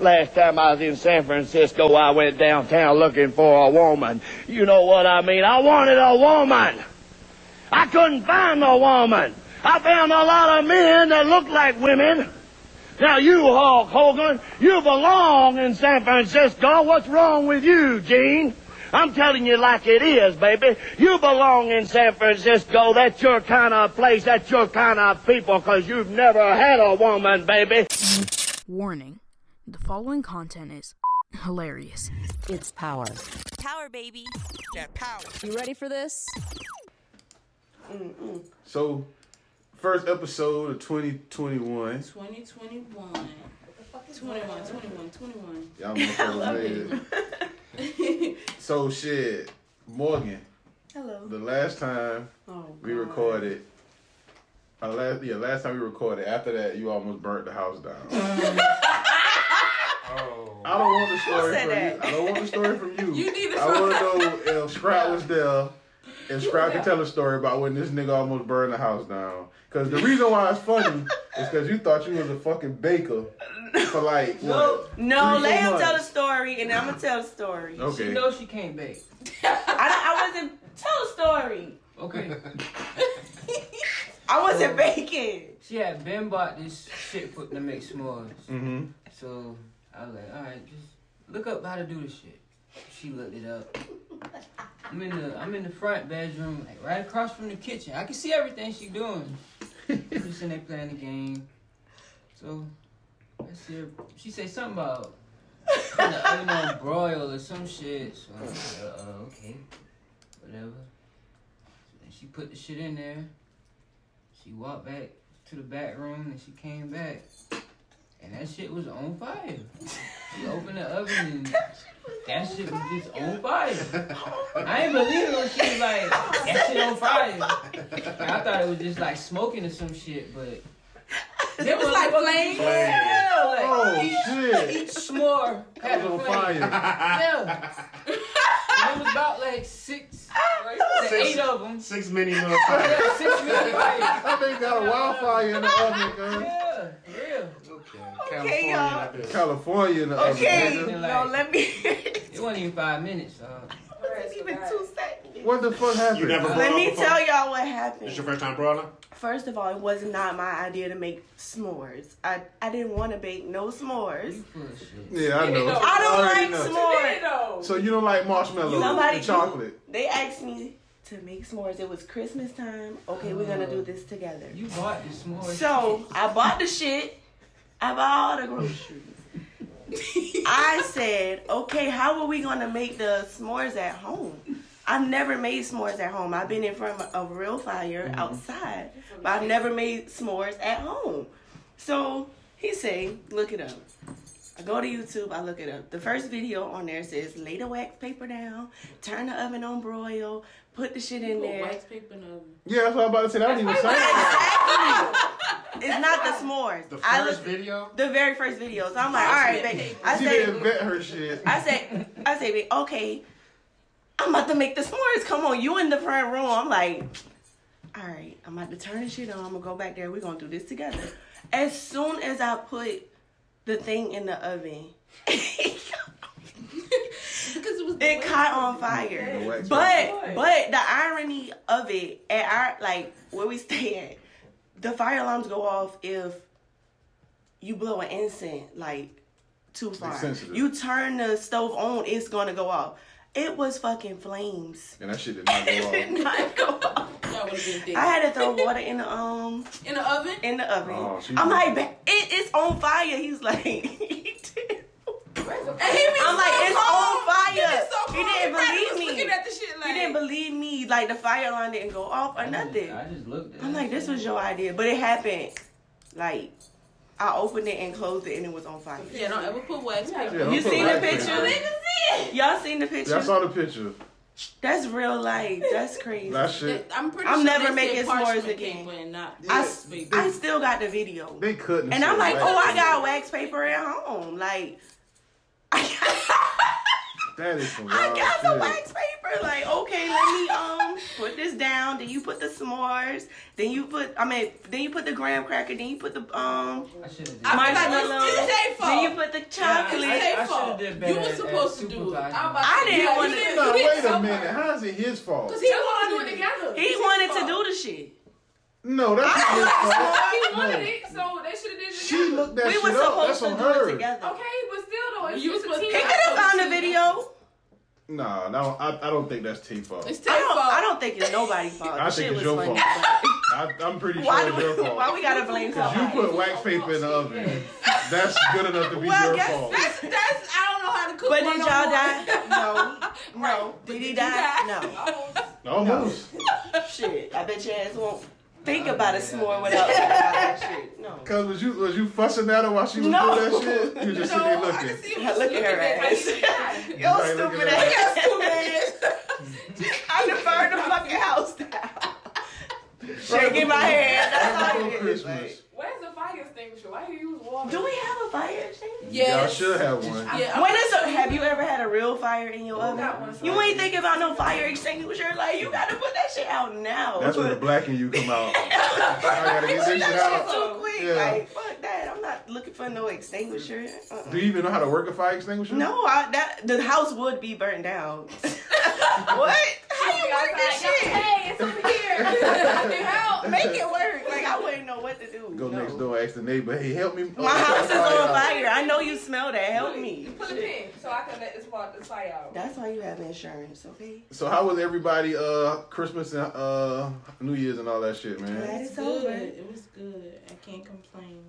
Last time I was in San Francisco, I went downtown looking for a woman. You know what I mean? I wanted a woman. I couldn't find no woman. I found a lot of men that looked like women. Now you, Hulk Hogan, you belong in San Francisco. What's wrong with you, Gene? I'm telling you like it is, baby. You belong in San Francisco. That's your kind of place. That's your kind of people, because you've never had a woman, baby. Warning the following content is hilarious. It's power. Power, baby. That power. You ready for this? So, first episode of 2021. 2021. 21, 21, 21. Y'all motherfuckers made it. So, shit, Morgan, Hello. the last time Oh, we recorded, our last, yeah, last time we recorded, after that, you almost burnt the house down. Oh. I don't want the story said from that? you. I don't want the story from you. You need it I want to know if Scrap was there. If Scrap can tell a story about when this nigga almost burned the house down. Cause the reason why it's funny is cause you thought you was a fucking baker for like what? No, Three, let four him tell the months. story, and I'm gonna tell the story. Okay. No, she can't bake. I, I wasn't tell the story. Okay. I wasn't baking. she had been bought this shit for to make s'mores. Mm-hmm. So I was like, all right, just look up how to do this shit. She looked it up. I'm in the I'm in the front bedroom, like right across from the kitchen. I can see everything she doing. I'm just in there playing the game. So I see her. She say something about trying to, you know broil or some shit. So I'm like, uh oh, okay, whatever. So then she put the shit in there. She walked back to the back room and she came back. And that shit was on fire. She opened the oven and that shit was just on fire. I ain't believe it when she was like, that shit on fire. Like, I thought it was just like smoking or some shit, but There was like flames. Oh shit! each s'more That had was a on flame. fire. Yeah. It was about like six, right? Like eight of them. Six mini motherfuckers. Yeah, six minutes. Like, That thing got a wildfire in the oven, girl. yeah, real. Okay, Okay, California y'all. out there. California in the Okay, oven. nigga. no, let me. It wasn't even five minutes. Uh, even two seconds. What the fuck happened? You never brought Let up me before? tell y'all what It's happened. your first time brawling? First of all, it was not my idea to make s'mores. I I didn't want to bake no s'mores. you full of shit. Yeah, I know. I don't already like know. s'mores. So you don't like marshmallows Somebody and chocolate? They asked me to make s'mores. It was Christmas time. Okay, we're gonna do this together. You bought the s'more. So I bought the shit. I bought all the groceries. I said, okay, how are we gonna make the s'mores at home? I've never made s'mores at home. I've been in front of a real fire outside, but I've never made s'mores at home. So he say, look it up. I go to YouTube, I look it up. The first video on there says, lay the wax paper down, turn the oven on broil, put the shit in there. Wax paper and oven. Yeah, that's what I'm about to say. That didn't even sound right. It's not the s'mores. The first I look- video? the very first video. So I'm like, all right, babe. I She say, didn't vet her shit. I say, I say, babe, okay. I'm about to make the s'mores. Come on, you in the front room. I'm like, all right. I'm about to turn the shit on. I'm gonna go back there. We're gonna do this together. As soon as I put the thing in the oven, Because it was it caught on fire. The wax But but the irony of it at our like where we stay at, the fire alarms go off if you blow an incense like too far. sensitive. You turn the stove on, it's gonna go off. It was fucking flames. And that shit did not go Did off. not go off. That would have been thick. I had to throw water in the um In the oven? in the oven. Oh, she- I'm like, "Ba- it is on fire. He's like, he did. And he was I'm like, so it's calm. on fire. He, was so He calm. didn't Everybody believe was me. looking at the shit like, He didn't believe me. Like the fire alarm didn't go off or nothing. I just looked at I'm it. like, this was your idea, but it happened. Like, I opened it and closed it, and it was on fire. Yeah, don't ever put wax paper. Yeah, don't You put seen the wax picture? in it. Y'all seen the Yeah, picture? I saw the picture. That's real life. That's crazy. That shit. I'm pretty I'm sure never they said making s'mores parchment again. paper and not I, wax paper. I still got the video, They couldn't. and I'm say like, wax oh, I paper. got wax paper at home. Like, That is some I wild got the shit. wax paper. Like, okay, let me um put this down. Then you put the s'mores. Then you put, I mean, then you put the graham cracker. Then you put the um I should have I done feel like marshmallow. it's DJ fault. Then you but the chocolate. I- I- I It's their fault. should've did You better were at supposed to do it. supervising. I'm about I to- didn't Yeah, you wanna- didn't- No, you didn't wait a somebody. minute. How is it his fault? Cause he wanted to do it together. he wanted to do the shit. No, that's not his fault. He wanted No. it, so they should have did it She together. looked that we shit were up. That's supposed to on do her. it together. Okay, but still though, it's, You it's was- a team. He could have found the video. Nah, no, I, I don't think that's T fault. It's I their don't, fault. I don't think it's nobody's fault. I The think shit it's was your funny, fault. I, I'm pretty sure but- Why it's your do we, fault. why we gotta blame You somebody? put wax paper in the oven. That's good enough to be Well, your guess fault. That's that's I don't know how to cook. But one did y'all on die? one. No. Right. But Did he you die? No. Almost. Shit. I bet your ass won't think I about a did, I s'more did. without thinking about that shit. No. Cause was you was you fussing at her while she was No. doing that shit? You just No, sitting there I looking. can see him Yeah, just look at looking her at how ass. you die. Yo, Right, look at stupid ass. I done burned the fucking house down. Shaking my head. That's Right all it before is. Christmas. like. Where's the fire extinguisher? Why you use water? Do we have a fire extinguisher? Y'all Yes. should have one. Yeah. When is a, have you ever had a real fire in your Got oven? one. You ain't thinking about no fire extinguisher. Like, you gotta put that shit out now. That's when the black in you come out. I gotta get this shit That's out. too quick. Yeah. Like, fuck that. I'm not looking for no extinguisher. Uh-uh. Do you even know how to work a fire extinguisher? No, I, that the house would be burned down. what? How you work this shit? Hey, it's over here. Help. Make it work. Like I wouldn't know what to do. Go No. next door, ask the neighbor, hey, help me. My house is on fire. I know you smell that. Help me. Put a pin so I can let this water this fire out. That's why you have insurance, okay? So how was everybody uh Christmas and uh New Year's and all that shit, man? Glad it's over. It was good. I can't complain.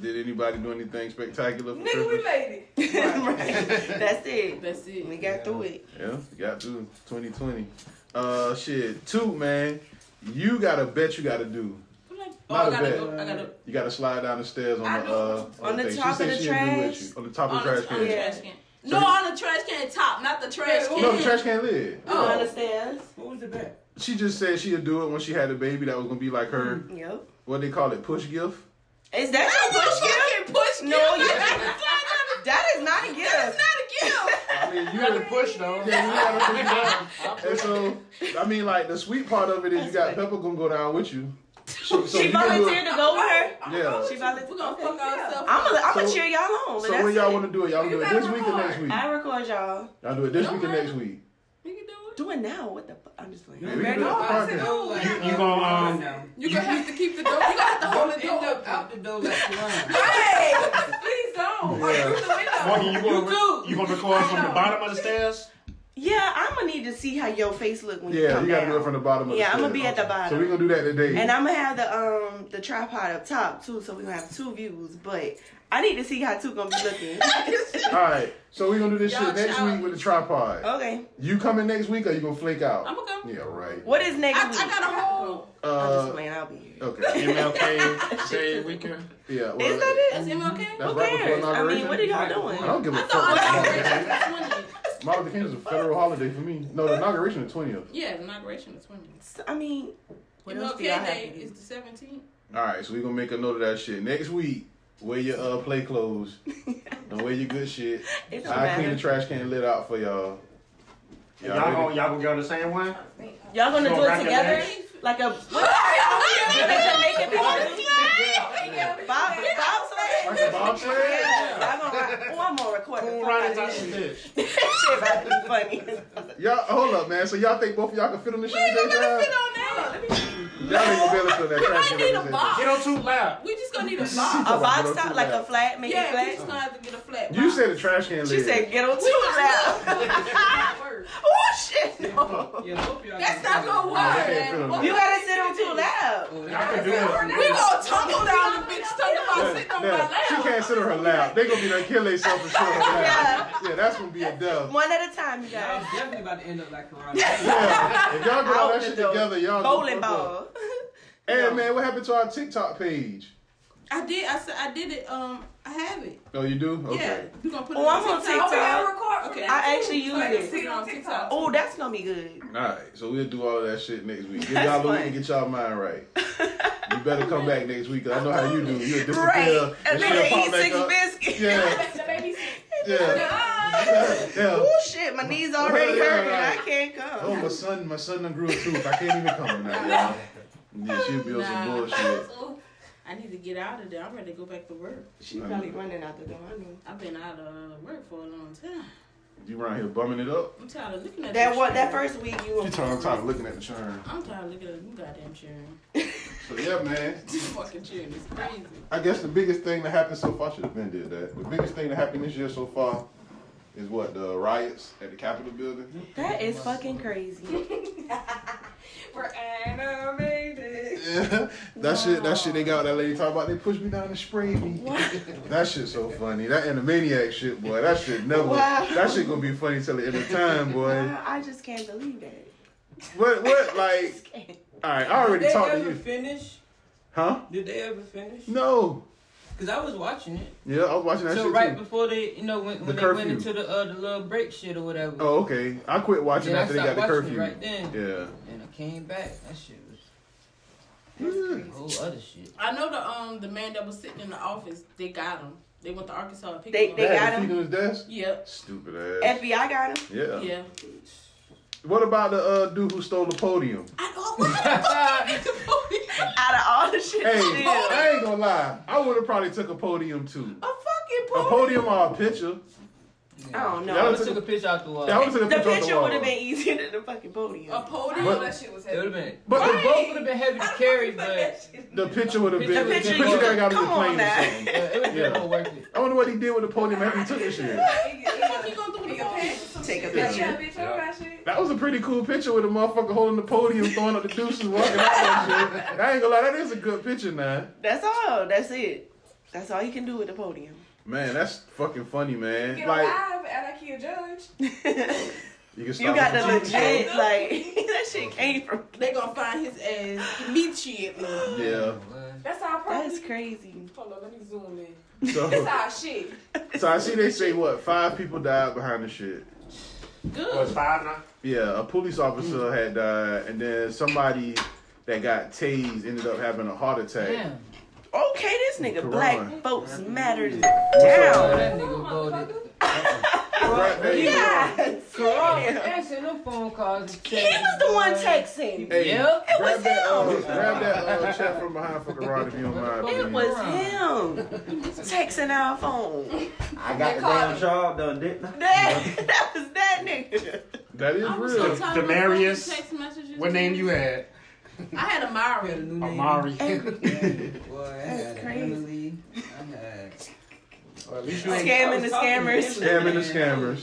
Did anybody do anything spectacular for Nigga, we Christmas? made it. right. That's it. That's it. We got through it. Yeah, we got through 2020. Uh shit. Two, man. You got a bet you gotta do. Like, oh, Not I a gotta bet. go. I gotta You gotta slide down the stairs on I the know. uh On the thing. top she of said the she didn't do it trash. with you. On the top of on the trash the, on can. the oh, yeah. trash can. No, on the trash can top, not the trash can. No, the trash can lid. You understand? What was the bet? She just said she'd do it when she had a baby. That was gonna be like her Yep. what they call it, push gift. Is that your push gift? push No, you That is not a gift. I mean, you gotta push though. Yeah, you gotta push down. And so, I mean, like the sweet part of it is you got Pepper gonna go down with you. So, so She you can do volunteered to go with her. It, yeah. Oh, She volunteered. We're gonna fuck ourselves. I'm gonna, I'm gonna So- cheer y'all on. But So that's when y'all it. want to do it, y'all do it this week or next week. I record y'all. Y'all do it this week or next week. We can do Do it now. What the fuck? I'm just playing. Yeah, we can do it No, I at the said podcast. no. Like, You- uh, you gonna, um, no. it. You're gonna have to keep the door. You gonna have to hold Don't the end door up up. out the door like you run. Hey, please don't. Or use the window. Morgan, you gonna do. you gonna record from the bottom of the stairs? Yeah, I'm gonna need to see how your face look when you Yeah, come you gotta down. do it from the bottom of Yeah, the I'm stairs. gonna be at the bottom. So we're gonna do that today. and I'm gonna have the um the tripod up top too, so we gonna have two views. But I need to see how two gonna be looking. All right. So we're gonna do this Y'all shit next child- week with the tripod. okay, You coming next week or you gonna flake out? I'ma come. Yeah, right. what is next I, week? I got a hole. am just Uh, playing. I'll be here. okay. MLK Save Weekend. Yeah. Well, Is that That's it? That's MLK. Who right before cares? I inauguration. mean, what are y'all doing? I don't give a I fuck. thought Martin inauguration was 20. Luther King is a federal holiday for me. No, the inauguration is twentieth. Yeah, the inauguration was 20. So, I mean, what else MLK do y'all have Day to do? is the 17th. All right, so we gonna make a note of that shit. Next week, wear your uh play clothes and wear your good shit. It don't I clean the matter. trash can lit out for y'all. Y'all ready? gonna y'all gonna go on the same one? Y'all You gonna do gonna it wrap your together? legs? Like a what? Like a Jamaican people do? Bob, bobsled? Like a bobsled? Yeah, I'm gonna rock- oh, I'm gonna record Cool the runnings out fuck out the of this stairs. shit about to be funny. Y'all hold up, man. So y'all think both of y'all can fit on this shit? at the same Uh, time? Y'all ain't gonna be able to fit on that trash can. might need a at the same box. Get on too loud. We just gonna need a box. A Come on, box bro, top, too like a loud. flat, make it Yeah, we just flat. gonna have to get a flat time. box. You said the trash can She lit. said, "Get on too loud." oh shit! No. Yeah, hope y'all can- That's not gonna Y'all work. can't fit on You that. gotta sit on too loud. Oh, Y'all that's- can do it. We gonna tumble down the bitch tumble about sitting on my Now, lap. she can't sit on her lap. They gonna be like kill themselves and sit on her lap. Yeah, that's gonna be a dub. One at a time, you Y'all guys. definitely about to end up like Karate. Yeah, if y'all get all Out that the shit door. together, y'all gonna Bowling fuck up. ball. Hey man, what happened to our TikTok page? I did. I said I did it. Um, I have it. Oh, you do? Yeah, Okay. you gonna put it Oh, on I'm on TikTok? TikTok. Okay, I actually use I can it. put it on TikTok. Oh, that's gonna be good. All right, so we'll do all of that shit next week. Give That's y'all a week to fun. get y'all mind right. You better come back next week. 'cause I know how you do. You'll disappear Right. And she'll then pop eat back six up. biscuits. Yeah, The baby's yeah, yeah. Oh shit, my knees already Yeah, hurting. I right. can't Oh, come. my son, my son done grew a tooth. I can't even come now, y'all. Yeah, she'll be on some bullshit. I I need to get out of there. I'm ready to go back to work. She probably running out the door. I know. I've been out of work for a long time. You around here bumming it up? I'm tired of looking at That this one, that shit. first week you. You turn tired of looking at the churn. I'm tired of looking at you goddamn children. So yeah, man. This fucking children is crazy. I guess the biggest thing that happened so far should have been did that. The biggest thing that happened this year so far is what the riots at the Capitol building. That is fucking crazy. We're animated. that shit, that shit they got that lady talking about. They pushed me down and sprayed me. that shit so funny. That animaniac shit, boy. That shit never. Wow. That shit gonna be funny till the end of time, boy. I I just can't believe that. What? What? Like, all right. I Did already they talked to ever you, finish? huh? Did they ever finish? No. Cause I was watching it. Yeah, I was watching that So shit right too. before they, you know, when, when they curfew. went into the uh, the little break shit or whatever. Oh, okay. I quit watching Yeah, I after they got stopped the watching it curfew. right then. Yeah. And I came back. That shit was a whole other shit. I know the um the man that was sitting in the office. They got him. They went to Arkansas. and picked They- him they up. They got had the him. feet on his desk. Yep. Stupid ass. FBI got him. Yeah. Yeah. What about the uh, dude who stole the podium? I, oh, why the fuck they make the police? Out of all the shit. Hey, she did. I ain't gonna lie. I would have probably took a podium too. A fucking A police. podium or a picture. I don't I know. Y'all would've took a picture out the wall. Yeah, I would have The took a picture. off the picture wall. would have been easier than the fucking podium. A I podium. know that shit was It would have heavy. been. But Both would have been heavy to carry, but the, the picture would have been. The The picture picture would have got to be Come on plain now. or something. but it would have Yeah. been more worth it. I wonder what he did with the podium after he took the shit. What you gonna do with the police? Take a That's picture. that bitch over that shit. That was a pretty cool picture with a motherfucker holding the podium, throwing up the deuces, walking out that shit. I ain't gonna lie, that is a good picture now. That's all. That's it. That's all you can do with the podium. Man, that's fucking funny, man. Get Like alive and I kill judge. you you can got the stop. legit like that shit came from. They gonna find his ass immediately. Yeah. That's our problem. That's crazy. Hold on, let me zoom in. So, That's our shit. so I see they say what five people died behind the shit. Good. five now? Yeah, a police Mm. officer had died, and then somebody that got tased ended up having a heart attack. Damn. Okay, this nigga Come on. black folks matters Oh, down. that nigga voted. Right, hey, Yeah. Corral was answering them phone calls. and He was the one texting. Hey, Yep. It grab was that, uh, him. grab that uh, chat from behind for Karan if you don't mind. It please. was him texting our phone. I got the damn job done, didn't I? That, that was that nigga. that is I'm real. so tired of Demarius, fucking text messages. What name you had? I had a Had a Mari. new name. Amari. Boy, I had That's crazy. Emily. I had. Well, at least you ain't Scamming the scammers. Scamming the scammers.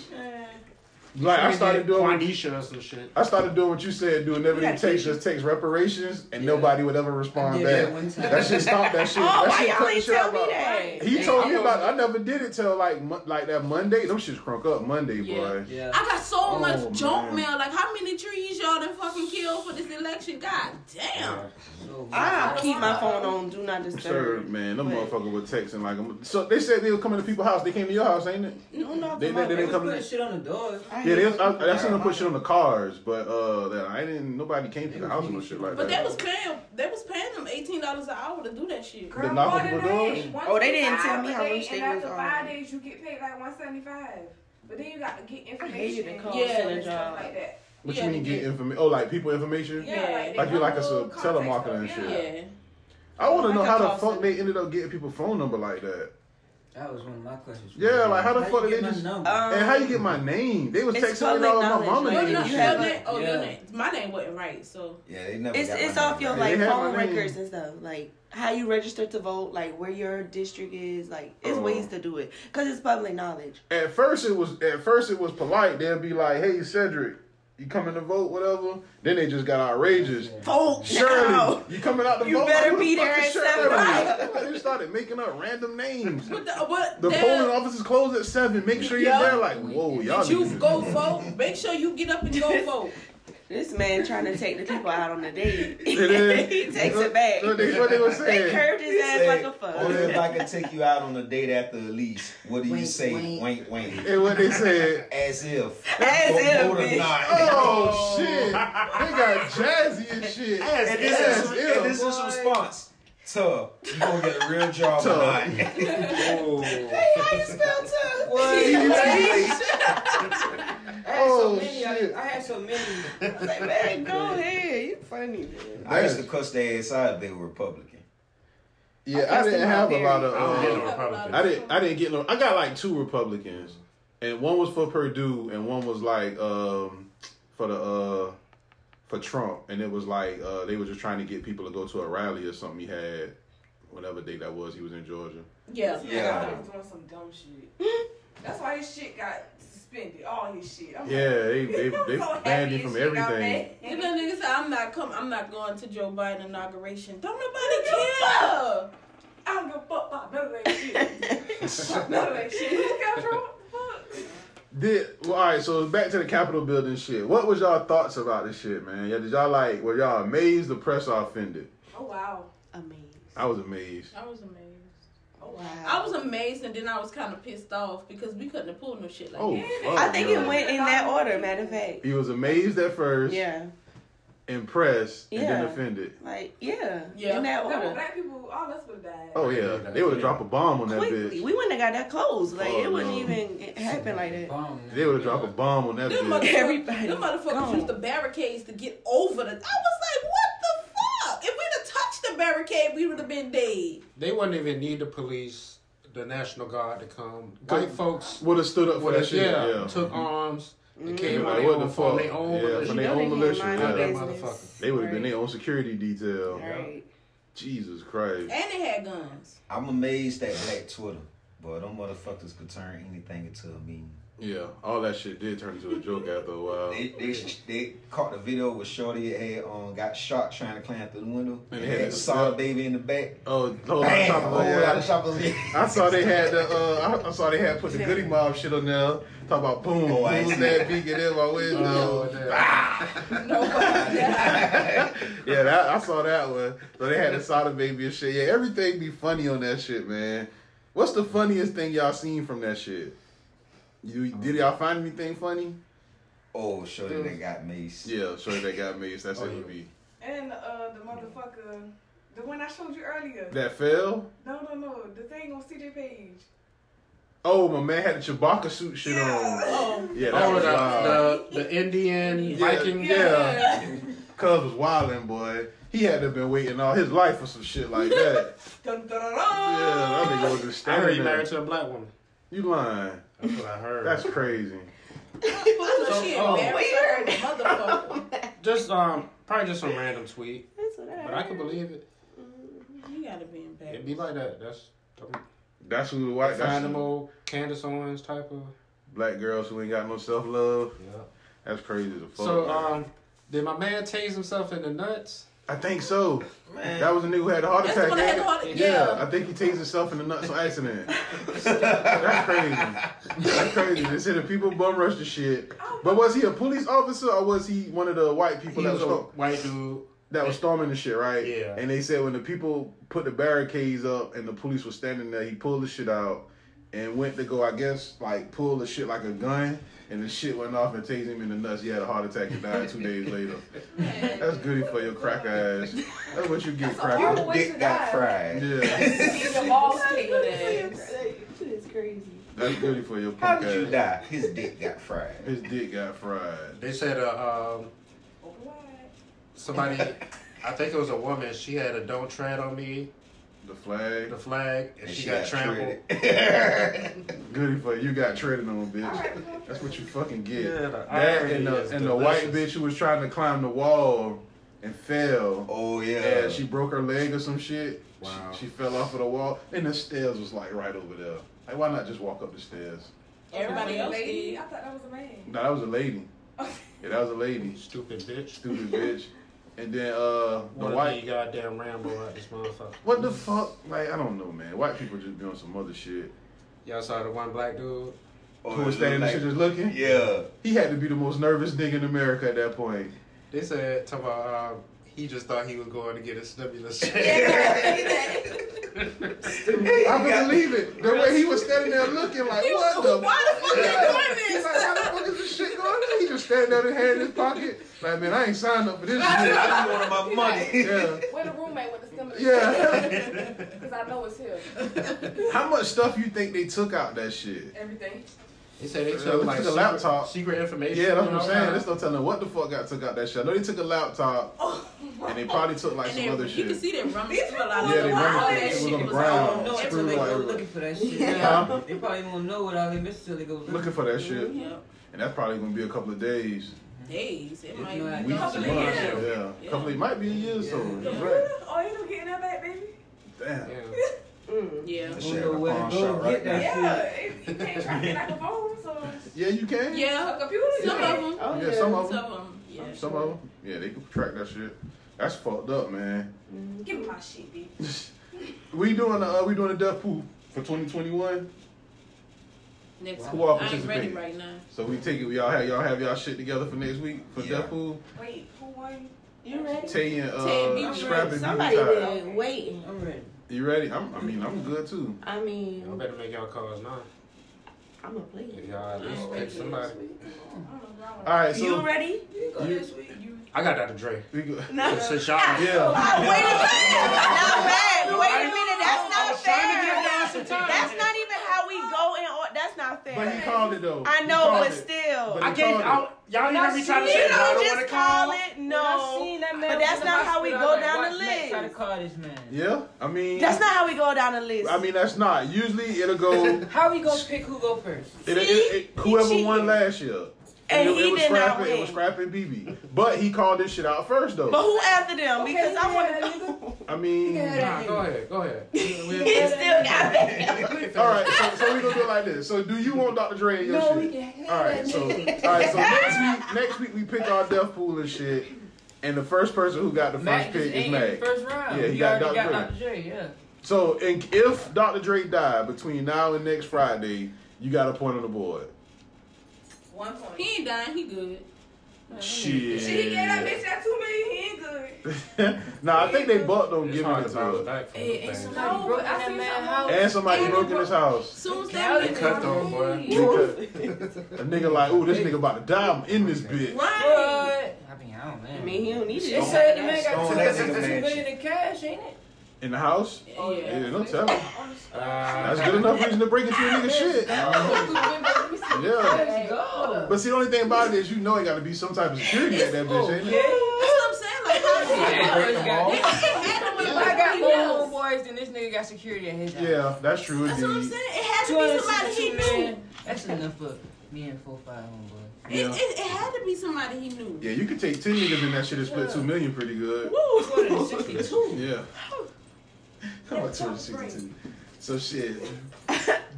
Oh, Like I started doing, what, Quanisha or some shit. I started doing what you said, doing whatever Yeah. it takes, just takes reparations, and Yeah. nobody would ever I respond did that back. one time. That shit stopped. That shit. Oh, that why shit y'all cut ain't shit tell out me about- that? He Hey, told I'm me gonna- about. I never did it till like mon- like that Monday. Them shits crunk up Monday, Yeah. boy. Yeah. I got so Oh, much junk man. mail. Like, how many trees y'all done fucking killed for this election? God damn. So, I keep my phone on do not Sir, disturb. man, them But- motherfucker was texting like. I'm- So they said they were coming to people's house. They came to your house, ain't it? No, no, They- come they- on, they They baby. was putting shit on the doors. I Yeah, hate they was, it. I, I seen them put shit on the cars, but uh, that I didn't. Nobody came to the house or no shit like But they that. was paying, they was paying them eighteen dollars an hour to do that shit. The knockable doors? Oh, they didn't tell me how much they And after was um, five on. days, you get paid like one seventy five. But then you got to get hated information. the and call shit center and stuff job. Like that. What Yeah, you mean they get did. information? Oh, like people information? Yeah. they Like you like got us a little contact telemarketer and stuff. shit. Yeah. Yeah. I want to know Like a how the call fuck center. they ended up getting people phone number like that, That was one of my questions. Yeah, like, how the fuck you did get they my just- number? Um, and how you get my name? They was it's texting me public all my knowledge, mama right? But name no, and You your have shit. name, oh, your Yeah. name, my name wasn't right. So Yeah, they never It's got it's my off number your back. They like had my phone name. records and stuff, like how you register to vote, like where your district is, like it's Oh. ways to do it, cause it's public knowledge. At first it was at first it was polite. They'd be like, "Hey Cedric, you coming to vote? Whatever." Then they just got outrageous. Vote Shirley, now. you coming out the You vote? better Who the be fuck there is at Shirley? They started making up random names. But the, but The there- polling office is closed at seven. Make sure you're Yeah. there. Like, whoa, y'all. Did you niggas- go vote? Make sure you get up and go vote. This man trying to take the people out on a date. It is. he takes it back. What they, what they were They saying. curved his ass Say, like a Only fuck. if I could take you out on a date after the lease. What do you Wink, say? wink. Wink, wink. and what they said. As if. As Vote if, or bitch. not. Oh shit! They got jazzy and shit. Ass And is- this is, As and if. this is response. Tuh, you gonna get a real job or Tuh. not? Oh. How you spell too? I had so Oh, many. shit. I, I had so many. Like, man, go ahead. You funny man. I used to cuss their ass out if they were Republican. Yeah, I didn't have a lot of. I don't get Uh, no Republican. I didn't. I didn't get no. I got like two Republicans, and one was for Purdue, and one was like um for the uh for Trump, and it was like uh they were just trying to get people to go to a rally or something. He had whatever day that was. He was in Georgia. Yeah. Yeah. I thought he was doing some dumb shit. That's why his shit got suspended. All his shit. I'm like, Yeah, they they, I'm they so happy banned him his from shit got everything. banned. Then that nigga said, I'm not coming. I'm not going to Joe Biden inauguration. Don't nobody I care. don't give a fuck about none of that shit. none of that shit. He got drunk. Fuck. Did well, all right. So back to the Capitol building shit. What was y'all thoughts about this shit, man? Yeah, did y'all like? Were y'all amazed, depressed, or offended? Oh wow. Amazing. I was amazed. I was amazed. Oh Wow. wow. I was amazed and then I was kind of pissed off because we couldn't have pulled no shit like Oh, that. fuck, I think yo. it went in that order, matter of fact. He was amazed at first, Yeah. impressed, and then Yeah. offended. Like, yeah. Yeah. In that That was order. black people, all us would have died. Oh yeah, they would have dropped a bomb on that Quickly. bitch. We wouldn't have got that close. Like, Oh, it wouldn't no. even it happen like that. Bomb, They would have dropped a bomb on that Them bitch. motherfuckers, Everybody them motherfuckers gone. used the barricades to get over the. I was like, what the fuck? If we'd have touched the barricade, we would have been dead. They wouldn't even need the police, the National Guard to come. White folks Would have stood up for that shit. yeah, Yeah. took Mm-hmm. arms and They came like, out what the on for fuck? their own Yeah, militia. from their You know own they militia. can't mind Not their Yeah. that business. motherfucker. They would have been Right. their own security detail. Right. Jesus Christ. And Eh. they had guns. I'm amazed at Black Twitter, but them motherfuckers could turn anything into a meme. Yeah, all that shit did turn into a joke after a while. They, they, they caught the video with Shorty had on got shot trying to climb through the window. And And, they had had to- saw baby in the back. Oh, hold on, Bam! top of Whole lot of yeah. shoppers. I saw they had the uh, I, I saw they had put the goody mob shit on there. Talking about boom, Oh, I boom, see. that beacon in my window. Oh, yeah. Yeah, that, I saw that one. So they had a soda baby and shit. Yeah, everything be funny on that shit, man. What's the funniest thing y'all seen from that shit? You did y'all find anything funny? Oh, Shorty that got maced. Yeah, sure that got me. That's it Oh, yeah. would be And uh, the motherfucker, the one I showed you earlier. that fell. No, no, no. The thing on CJ Page. Oh, my man had the Chewbacca suit shit on. Oh. Yeah, that Oh, was wild. the, the, the Indian Viking. yeah, yeah. Cuz was wildin', boy. He had to have been waiting all his life for some shit like that. Dun, dun, dun, dun. yeah, I think it was just I heard he standing there. married to a black woman. You lying? That's what I heard. That's crazy. Why she oh. embarrassed her motherfucker? just um, probably just some random tweet, That's what I but I heard. could believe it. You gotta be It'd embarrassed. be like that. That's the That's who the white. That's who, animal Candace Owens type of. black girls who ain't got no self love. Yeah. That's crazy as fuck. So man. um, did my man tase himself in the nuts? I think so. Man. That was the nigga who had a heart That's attack. the one that ain't had it? the heart- yeah. yeah. I think he tased himself in the nuts on accident. That's crazy. That's crazy. They said if people bum rush the shit. But was he a police officer or was he one of the white people He that was was, a storm- white dude. that was storming the shit, right? Yeah. And they said when the people put the barricades up and the police was standing there, he pulled the shit out and went to go, I guess, like pull the shit like a gun. And the shit went off and tased him in the nuts. He had a heart attack and died two days later. That's goody for your crack ass. That's what you get, cracker. horrible way to Dick die. got fried. Yeah, He's a ball state. It's crazy. that's goody for your How punk did you ass. die? His dick got fried. His dick got fried. They said uh, um, somebody, I think it was a woman. She had a "Don't tread on me" The flag. the flag, and, she, got, trampled. treated. Goody for you got treading on, bitch. Alright. That's what you fucking get. Yeah, the that irony and the, is and the white bitch delicious. who was trying to climb the wall and fell. oh yeah. Yeah, she broke her leg or some shit. Wow. She, she fell off of the wall, and the stairs was like right over there. Like, why not just walk up the stairs? Everybody else did. I thought that was a man. No, that was a lady. Yeah, that was a lady. Stupid bitch. Stupid bitch. And then uh, the Wanna white be goddamn Rambo out this motherfucker. What the fuck? Like, I don't know, man. White people just be on some other shit. Y'all saw the one black dude. Oh, Who was it standing looked there like- just looking? Yeah. He had to be the most nervous nigga in America at that point. They said talking about um, he just thought he was going to get a stimulus. I couldn't believe it. The way he was standing there looking like, what the Why the fuck they doing this? He's like, how the fuck is this shit going on? He just standing there with his hand in his pocket. Like, man, I ain't signed up for this shit. I just wanted my money. Yeah. Where the roommate with the stimulus? Yeah. Because I know it's him. How much stuff you think they took out that shit? Everything. They said they Yeah, took look like at the secret, laptop. secret information. Yeah, that's what and I'm all saying. that. Oh. There's no telling what the fuck got took out that shit. I know they took a laptop. and they probably took like And some they- other you shit. can see they run these people out yeah, they All run that it. It was shit on the was all ground. on note until screwed they like go everywhere. looking for that shit. Yeah. Huh? They probably won't know what all they missed till they go looking. looking for that shit, and that's probably gonna be a couple of days, Days. It might not- be weeks, couple of and months. years. Yeah, couple. It might be a year or so. You're Right. Oh, you don't get that back, baby. Damn. Yeah. That Don't shit at know the where to pawn go shop get right that now. Yeah, it, you can't track it like a phone, so Yeah, you can. a Yeah. computer. Some yeah. of them. Yeah, some of Some them. of them. Yeah. Some of them. Yeah, they could track that shit. That's fucked up, man. Give me my shit, baby. We doing the uh, we doing the death pool for 2021. Next Who one. all I ain't ready participating? right now. So we take it. We all have y'all have y'all shit together for next week for Yeah. death pool. Wait, who won? You ready? Tay and Tay, be uh, ready. Scrap and Somebody Somebody been waiting. I'm ready. You ready? I'm, I mean, I'm good too. I Y'all mean, better make y'all calls now. I'm a If player. y'all at least pick somebody. All right, so You ready? You go You- this week. You I got Dr. Dre. we go. No. Since y'all. Yeah, Oh, wait a minute. Not bad. Wait a minute. That's I not was trying to give y'all some fair. time. That's not even how we go in order. That's not but he fair. called it though. I He know, called but it. still. But- I can't. I, y'all didn't be trying to say You it. I don't don't want just to call. call it. I No. seen that man But that's was in not the how we hospital. I was go like, down the watch Mac Try to list. call this man. Yeah, I mean, That's not how we go down the list. I mean, that's not. Usually, it'll go. it, How we gonna pick who go first? it, See? it, whoever He won cheated. last year. And it, he it was did not Scrap and- It was win. Scrap and BB. But he called this shit out first though. But who after them? Because I want to yeah, know. I mean, Nah, go ahead. Go ahead. We- we- He still got that. all right. So, so we gonna do it like this. So do you want Dr. Dre in your shit? can. All right, so all right, so next week, next week we pick our death pool and shit, and the first person who got the Mac first just pick is ain't in the Mac. first round. Yeah, he You got already Dr. got Dr. J. Yeah. So, and if Dr. Dre died between now and next Friday, you got a point on the board. One point. He ain't dying. He good. Shit. She gave that bitch that two million. He ain't good. nah, I think they both don't It's give hard it to to bounce us. back from Hey, them ain't things. somebody- No, broke but I in seen that something man house. And somebody And broke in his house. Soon as They that cut though, boy. Because- a nigga like, ooh, this nigga about to die. I'm in this bitch. Right. But I mean, I don't know. I mean, he don't need it. They said the man Stone got two that two nigga million mansion. in cash, ain't it? In the house? Oh, Yeah. Yeah, no telling. That's Uh, good enough reason to break into a nigga shit. Yeah. Let's go. But see, the only thing about it is you know it got to be some type of security at that bitch, ain't it? That's what I'm saying. Like, Yeah, how first got- I got He more knows. homeboys than this nigga got security at his house. Yeah, that's true Oh, That's what I'm indeed. saying. It had to be somebody he 262 knew. million. That's enough for me and four five homeboys. It, Yeah. it, it had to be somebody he knew. Yeah, you could take ten niggas and that shit and split two million pretty good. Woo! 262. Yeah. How about 262? So shit.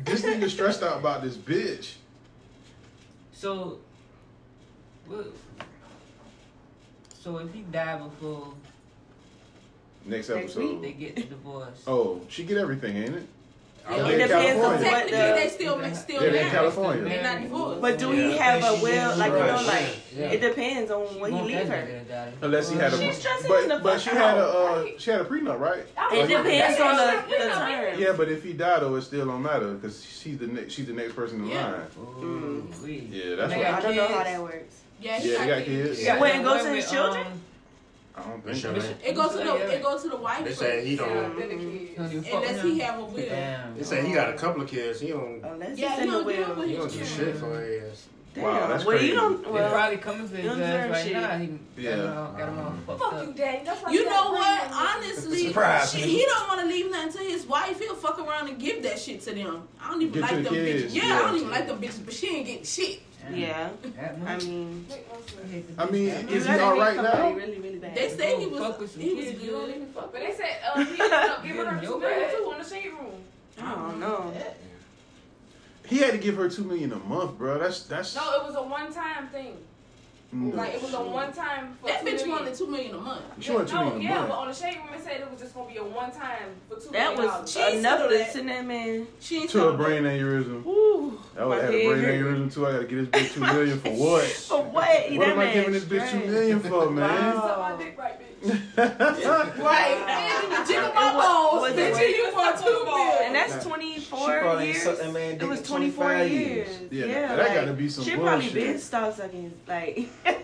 this nigga stressed out about this bitch. So, what? So if he die before Next they episode. get the divorce, Oh, she get everything, ain't it? Yeah. They in It depends on California. what Technically, the. they still make still They're in married. California. They not divorced. But do he Yeah. have a will? Like, you know, Right. like, Yeah. it depends on when Won't you leave that her. nigga die? Unless he had a She's stressing but, him the but fuck she had a out. uh, she had a prenup, right? It depends on the, the term. Yeah, but if he died though, it still don't matter because she's the ne- she's the next person in Yeah. line. Ooh, wee. Yeah, that's They what. Mm. I don't know how kids. that works. Yeah, he Yeah, got you got kids. kids. He got Wait, that go to one his with, children? um, I don't They think so. should have- It goes to the Yeah. it goes to the wife They first, said he don't. Tony, you fuck with unless he him? have a will. Damn. They said he got a couple of kids. He don't. Unless Yeah, it's he in the don't deal will. with He don't do his shit children. for his. Damn. Wow, that's well, crazy. you don't. They Well, probably coming for his Don't ass deserve right shit. now. He Yeah. got him all, got him all fucked Fuck you, up. Daddy. That's why You he got know a what? friend. Honestly, Surprise, she, nigga. he don't want to leave nothing to his wife. He'll fuck around and give that shit to them. I don't even Give to like the them kids, bitches. Yeah, yeah. I don't even like them bitches, but she ain't getting shit. yeah. That I much? mean, Make one sense. I mean, is he Gotta all be right somebody now? Really, really bad. They say he Don't was fuck with some he was kids, you don't good. even fuck But with they said uh, he ended up giving her Getting your two million bag. too on the shade room. I don't know. He had to give her two million a month, bro. That's that's. No, it was a one time thing. Mm. Like it was a one time. for That two bitch million. wanted two million a month. she wanted two no, million a yeah, month. but on the shade room it said it was just gonna be a one time for two That million was dollars. enough told to that. send that man. She ain't To a talking brain aneurysm. Woo. I would have had a My brain head hurt. aneurysm too. I gotta get this bitch two million for what? For what? What am I giving this bitch two million for, man? Suck my dick right, bitch. Right. And the jig of my And what- balls, was it bitch. worth- You want two And million. that's She 24 probably ain't years. sucked that man It dick was in 24 25 years. years. Yeah, Yeah, that- that like, gotta be some She bullshit. probably been stop sucking. Like,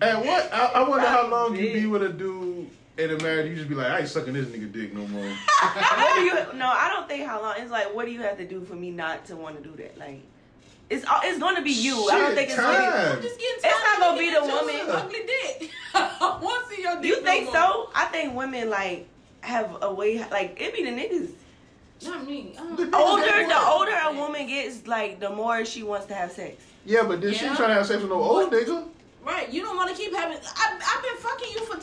And what? I, I wonder how long you be with a dude in a marriage. You just be like, I ain't sucking this nigga dick no more. what do you? No, I don't think how long. It's like, what do you have to do for me not to want to do that? Like, It's all- it's gonna be you. I don't Shit, think it's gonna time. be. I'm just It's not gonna be the woman. Ugly dick. I want to see your dick. You no think more. so? I think women like have a way. Like it be the niggas. Not me. Uh, I don't- Older, the older a woman gets, like the more she wants to have sex. Yeah, but then she Yeah. trying to have sex with no old nigga. Right. You don't want to keep having. I, I've been fucking you for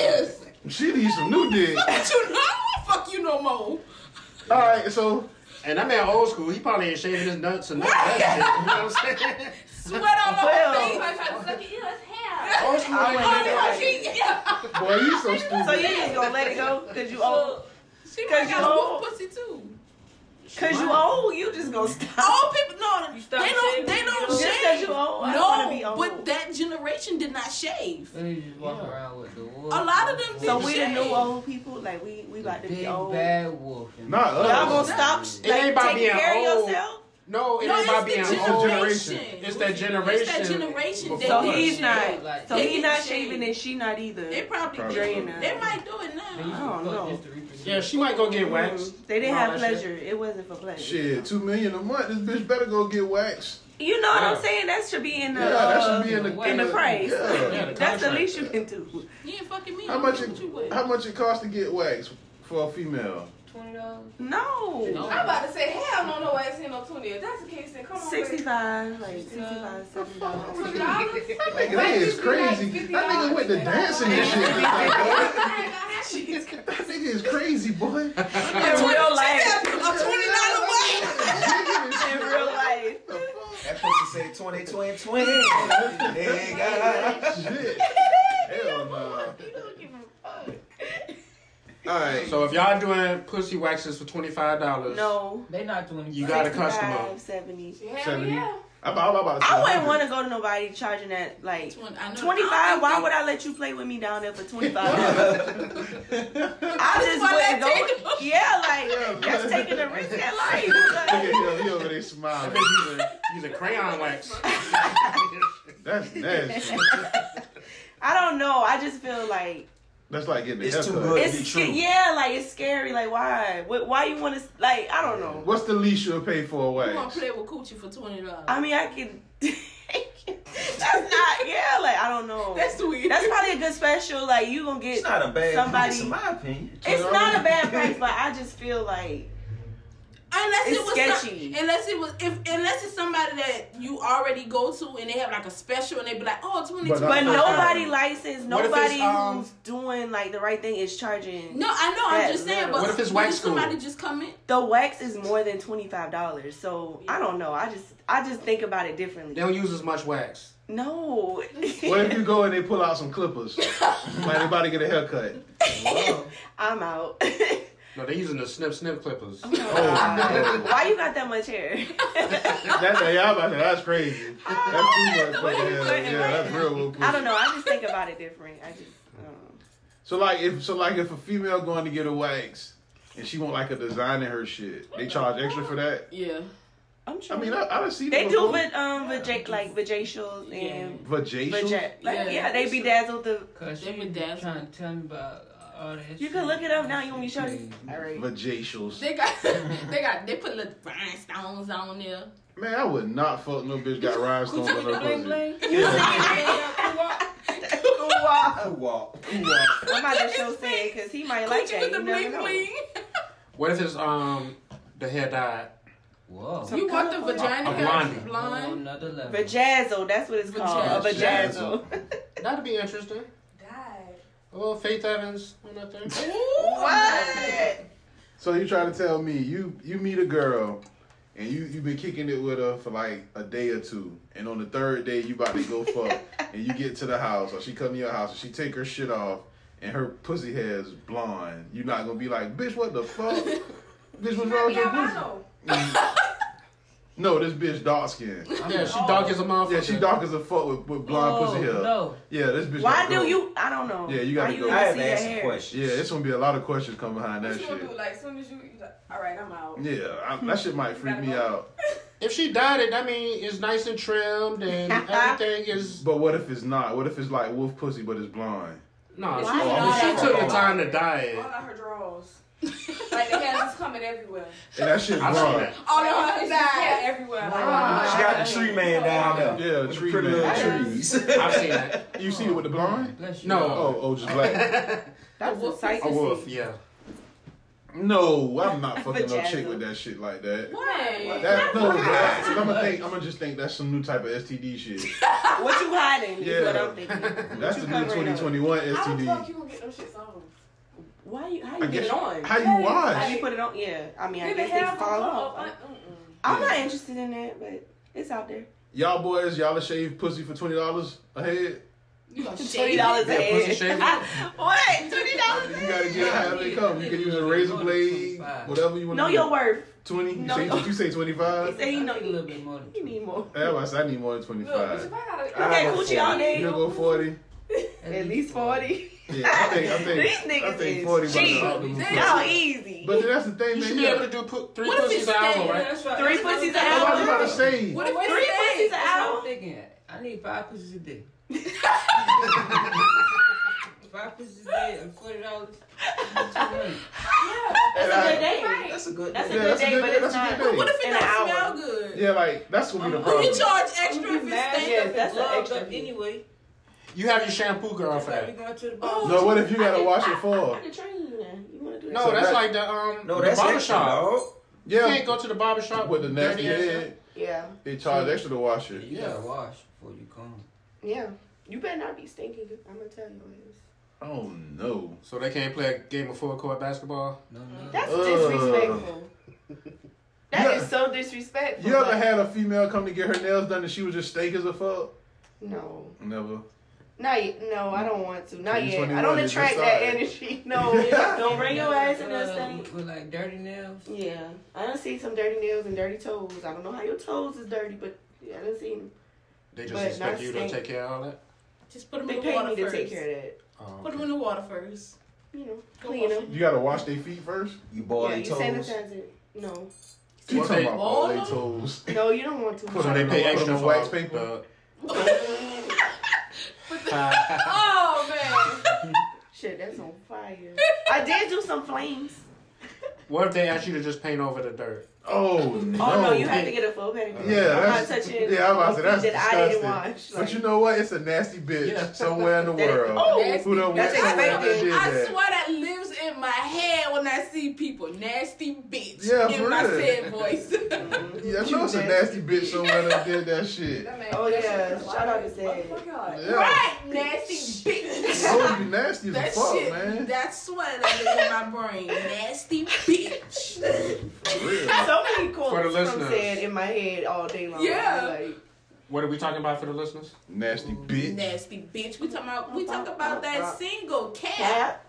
25 years. She needs some new dick. But you know, I don't fuck you no more. All right, so And that man old school, he probably ain't shaving his nuts or none of that shit. You know what I'm saying? Sweat on my Well. face. Everybody trying to suck it. Ew, it's hair. Oh, Old school ain't I doing wanna that. She, yeah. boy, you so stupid. So you just gonna let it go because you old. she might 'Cause you got a old. wolf pussy too. Cause you old, you just gonna stop. Oh, Old people, no, You stop they don't. shaving, They you don't know? Just 'cause shave. you old, I don't wanna be No, old. but that generation did not shave. They just walk around with the wolf. A lot of them So did we the shave. new old people, like we we like to Big be old. Y'all bad wolf. and- Not us. gonna stop It like, ain't about taking being care of old. yourself? No, it No, ain't about being it's the old. generation. It's that generation. It's that generation. They before So us. did he's shave. not. So They he did not shave. shaving and she not either. They probably, Probably do. not. They might do it They used now. to fuck don't know. just to reproduce. Yeah, she might go get waxed. Mm-hmm. They didn't and all have that shit. pleasure. It wasn't for pleasure. Shit, two million a month. This bitch better go get waxed. You know what Yeah. I'm saying? That should be in the Yeah, that should be uh, in the in the price. Yeah. the That's the contract. least you can do. You ain't fucking me. How I'm much? with you It, with. how much it cost to get waxed for a female? Twenty dollars. No. I'm about to say, hell no, no, I ain't seen no 20. If that's the case, then come on. baby. 65, like 65, 70 dollars. $20? That Nigga, that is crazy. That nigga went to dancing and shit. That nigga is crazy, boy. In real life. A twenty dollar way. In real life. That pussy say 20, 20, 20. Nigga. Shit. Hell no. All right. So if y'all doing pussy waxes for twenty five dollars, No. They not doing it. you got a customer. 65, 70. Hell 70. yeah. I'm all about to say I 100. wouldn't want to go to nobody charging that like Twen- I know- twenty I five. don't Why think- would I let you play with me down there for twenty five? I just why wouldn't that take go. Yeah, like Yeah, that's man. taking a risk at life. Look at him. He over there smiling. Use a, use a crayon wax. That's nasty. I don't know. I just feel like That's like getting a It's too haircut. good. it's be sca- true. yeah, like it's scary. Like why? Wh- Why you want to? Like I don't know. What's the least you'll pay for a You want wax? to play with coochie for twenty dollars? I mean, I can. that's not. Yeah, like I don't know. That's weird. That's probably a good special. Like you gonna get It's not a bad Somebody- price, in my opinion. It's not a bad price, but I just feel like unless It's it was sketchy. Some, unless it was if unless it's somebody that you already go to and they have like a special and they be like, oh, 20 But But Uh, nobody licensed, What if it's, nobody um, who's doing like the right thing is charging. No, I know. I'm That just saying. little. But What if it's what wax somebody cool? just come in? The wax is more than twenty five dollars, so I don't know. I just I just think about it They differently. don't use as much wax. No, What if you go and they pull out some clippers? Might anybody get a haircut? I'm out. No, they're using the snip snip clippers. Oh, Why you got that much hair? no. That's, yeah, I'm about to, that's crazy. That's too much. fucking hair. putting it Yeah, that's real. real quick. I don't know. I just think about it different. I just. I don't know. So like if so like if a female going to get a wax and she want like a design in her shit, they charge extra for that. Yeah. I'm sure. I mean, I, I done seen they it do, before. but um, vaja- like vajacials and Vajayshul? vaja- like Yeah. yeah. they bedazzled the. Cause They she been dancing. trying to tell me about all that. You can look it up now. You want me to show you? All right. Vajayshals. They got they got they put little rhinestones on there. Man, I would not fuck no bitch got rhinestones on her pussy. Who walk? I'm about to show Sam because he might like Coochie that. with You the never bling know. bling. What if it's um the hair dyed? Whoa. Some You want the colorful- vagina A- a hair blonde. On blonde? another level. Vajazzle, that's what it's called. A Vajazzle. vajazzle. That'd be interesting. God. A little Faith Evans on that thing. what? So you trying to tell me you you meet a girl and you you been kicking it with her for like a day or two, and on the third day you about to go fuck, and you get to the house or she come to your house and she take her shit off and her pussy hair is blonde. You not gonna be like, bitch, what the fuck? bitch, what's wrong with your pussy? Mm-hmm. Albino. No, this bitch dark skin. Yeah, she dark as a motherfucker. Yeah, she dark as a fuck with, with blonde Oh, pussy hair. no. Yeah, this bitch. Why gotta go. do you? I don't know. Yeah, you gotta Why go. You I gotta had see to your ask some hair? questions. Yeah, it's gonna be a lot of questions come behind that What you gonna shit. do? Like, soon as you, you like, all right, I'm out. Yeah, I, that shit might freak me out. If she dyed it, I mean, it's nice and trimmed and everything is. But what if it's not? What if it's like wolf pussy but it's blonde? No, It's she, not I mean, she dyed. took the time to dye it. All of her drawers. like, the hair is coming everywhere. And that shit I see blonde. that. Oh, All of her It's just- yeah, everywhere. She got the tree man down there. Yeah, with the tree pretty man. little trees. I've seen that. You see it with the blind? Bless you. No. Oh, oh, just black. That's what sight A wolf, yeah. No, I'm not fucking no Vagina. chick with that shit like that. What? That no, I'm gonna think. I'm gonna just think that's some new type of STD shit. What you hiding is what Yeah. I'm thinking. That's the new covering up? 2021 How the fuck STD. you gonna get those shits on? Why you? How I you get guess- it on? How Hey, you How wash? you put it on? Yeah, I mean, I Did the guess they hair fall fall off? off. I- mm-mm. I'm Yeah. not interested in that, but it's out there. Y'all boys, y'all a shave pussy for twenty dollars a head? You gonna Twenty shave it? dollars a Yeah, pussy shaving. head. What? Twenty dollars? You gotta get it how they come. You can use a razor blade, whatever you want. Know your worth. Twenty. You Know say your- you say twenty He five. said he I know need a you. little bit more than You need more. That's why I said I need more than twenty Look, but if five. I gotta, Okay, coochie all day. You'll go forty. At least forty. Yeah, I think I think These niggas I think is forty was cheap. optimal. Y'all easy. But that's the thing, You man. should be Yeah. able to do put three What if pussies it's an staying? hour, right? That's right. Three That's what I'm saying. pussies an I hour. was about to say. What if it's Three staying? pussies an That's what hour. I'm thinking. I need five pussies a day. five pussies a day and forty dollars. Yeah. That's And a I- good day. Right. That's a good That's a Yeah, good that's a day, good but day. That's it's a not. good day. What if it In an don't hour. smell good? Yeah, like that's gonna be the Do Oh, problem. we charge extra Mad if it's if staying? Yes, that's it's an gloved extra up fee. anyway. You have your shampoo girl That's for why we that. going to the bar. No, what if you gotta wash it I for? can train you then. You wanna do that? No, So Oh, that's that- like the um No, the that's barber extra, shop. dog. You Yeah, can't go to the barber shop with the nasty head, Yeah, they charge extra to wash it. You gotta wash before you come. yeah. You better not be stinking. I'm gonna tell you. what it is. Oh no. So they can't play a game of full court basketball. No, no. That's Ugh. disrespectful. That is Yeah. so disrespectful. You ever but- had a female come to get her nails done and she was just steak as a fuck? No, Never. not yet. No, I don't want to. Not He's yet. 21, I don't he's attract inside. that energy. No, don't bring your ass in that thing. With like dirty nails. Yeah, I done see some dirty nails and dirty toes. I don't know how your toes is dirty, but yeah, I done seen them. They just But expect not you stink. to take care of all that. Just put them They in the paid me water to first. take care of that. Oh, Put them okay. in the water first. You know, Go clean wash them. You gotta wash their feet first? You boil Yeah, their you toes. sanitize it. No, You Well, talking they- about all all their of them? toes. no, you don't want to. So Put them they in pay the- put extra them in for wax paper. the- Oh man. Shit, that's on fire. I did do some flames. what if they ask you to just paint over the dirt? Oh no. Oh no, you had to get a full pedicure. Yeah, I'm not that's, touching. yeah, I'm about to say that's that disgusting. I didn't wash. but you know what? It's a nasty bitch Yeah. somewhere in the That- world. oh, who done went that's somewhere that expected. did I that. swear that lives in my head when I see people. Nasty bitch. Yeah, in for my real. sad voice. Yeah, I know it's a nasty bitch somewhere that did that shit. Oh, yeah. Shout out to Zed. Oh my god. Yeah. Right, nasty bitch. That would be nasty as That fuck, shit, man. that's what I live in my brain. Nasty bitch. For real. so many quotes For the from listeners. said in my head all day long. Yeah. Like, What are we talking about for the listeners? Nasty bitch. Nasty bitch. We talking about we talk about that single cap. cap,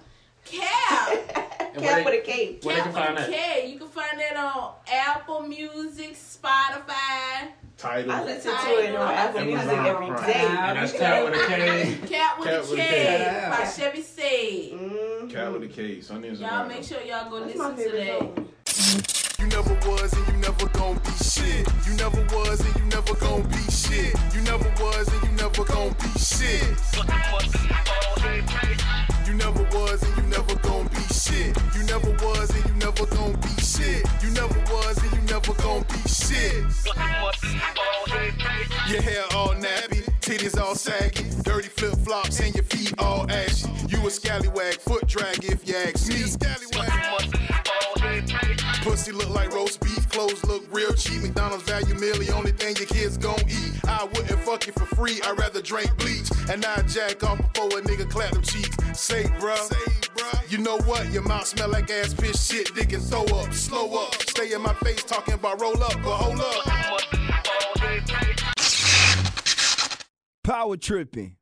Cap. cap where they- with a K. Where they can find that? Okay, you can find that on Apple Music, Spotify. Title. I listen to it on Apple Music Amazon every Prime. day. And that's Cat with a K. Cat with Cat a with a K K. by Chevy Sage. Mm-hmm. Cat with a K. Sunday is Y'all make sure y'all go That's my listen to favorite that. song. You never was and you never gon' be shit. You never was and you never gon' be shit. You never was and you never gon' be shit. You never was and you never gon' be shit. You never was and you never gon' be shit. You never was and you never gon' be shit. Your hair all nappy, titties all saggy, dirty flip flops and your feet all ashy. You a scallywag, foot drag if you ask me. Pussy look like roast beef, clothes look real cheap. McDonald's value meal, the only thing your kids gon' eat. I wouldn't fuck you for free, I'd rather drink bleach. And I jack off before a nigga clap them cheeks. Say, bruh, you know what? Your mouth smell like ass piss shit, dick and throw up, slow up. Stay in my face talking about roll up, but hold up. Power tripping.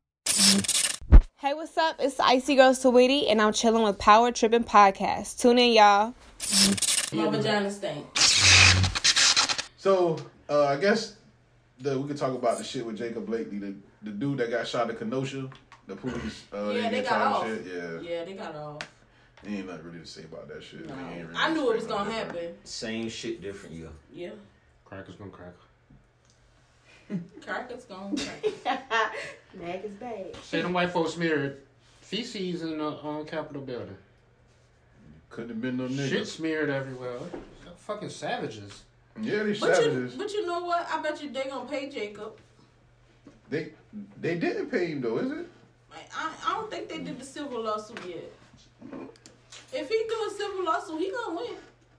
Hey, what's up? It's Icy Girl Sweetie, and I'm chilling with Power Tripping Podcast. Tune in, y'all. My vagina stink. So uh, I guess the, we could talk about the shit with Jacob Blakely, the, the dude that got shot at Kenosha, the police. Uh, Yeah, they get got time off. Shit. Yeah. Yeah, they got off. He ain't nothing really to say about that shit. He ain't really I knew it was explaining gonna nothing. happen. Same shit, different year. Yeah. Crackers gonna crack. Crackers gonna crack. Mag is bad. Say them white folks smeared feces in the on Capitol building. Couldn't have been no nigga. Shit smeared everywhere. Fucking savages. Yeah, these But you, savages. but you know what? I bet you they gonna pay Jacob. They they didn't pay him though, is it? Like, I, I don't think they did the civil lawsuit yet. If he do a civil lawsuit, he gonna win.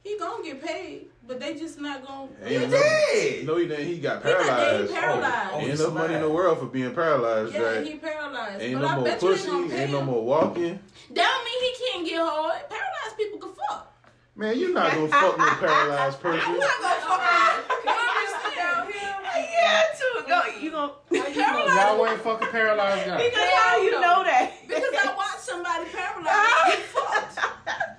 He gonna get paid, but they just not gonna. Ain't They no- did. No, he didn't. He got He got- he paralyzed. Oh, paralyzed. Ain't no money in the world for being paralyzed, Yeah, right? he paralyzed. ain't but no I more bet you they pussy. gonna pay Ain't him. no more walking. That don't mean he can't get hard. Paralyzed people can fuck. Man, you're not gonna fuck no paralyzed I'm person. not gonna fuck. you understand? Yeah, too. Go, you gonna paralyzed. Y'all ain't fucking paralyzed guy. Because how you know that? Because I watched somebody paralyzed. get fucked.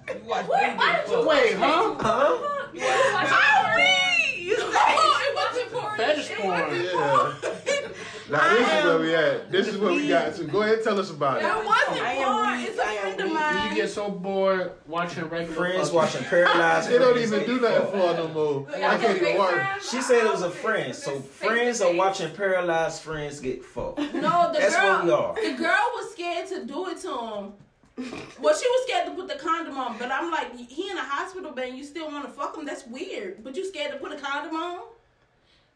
Wait, why did you Wait, huh? watch Huh? You wasn't watching How porn. we? You No, it wasn't porn. Fetish It porn. wasn't Yeah. Now this is where we at. This is where we got to. Go ahead, tell us about It it. wasn't I am porn. weak. It's a I am friend of weak. mine. You get so bored watching regular Friends fucking- watching Paralyzed. They don't Friends. even do nothing for her no more. I can't even watch. She said it was a friend, so friends are watching paralyzed friends get fucked. No, the That's girl. what we are. The girl was scared to do it to him. Well, she was scared to put the condom on, but I'm like, he in a hospital bed, and you still want to fuck him? That's weird. But you scared to put a condom on?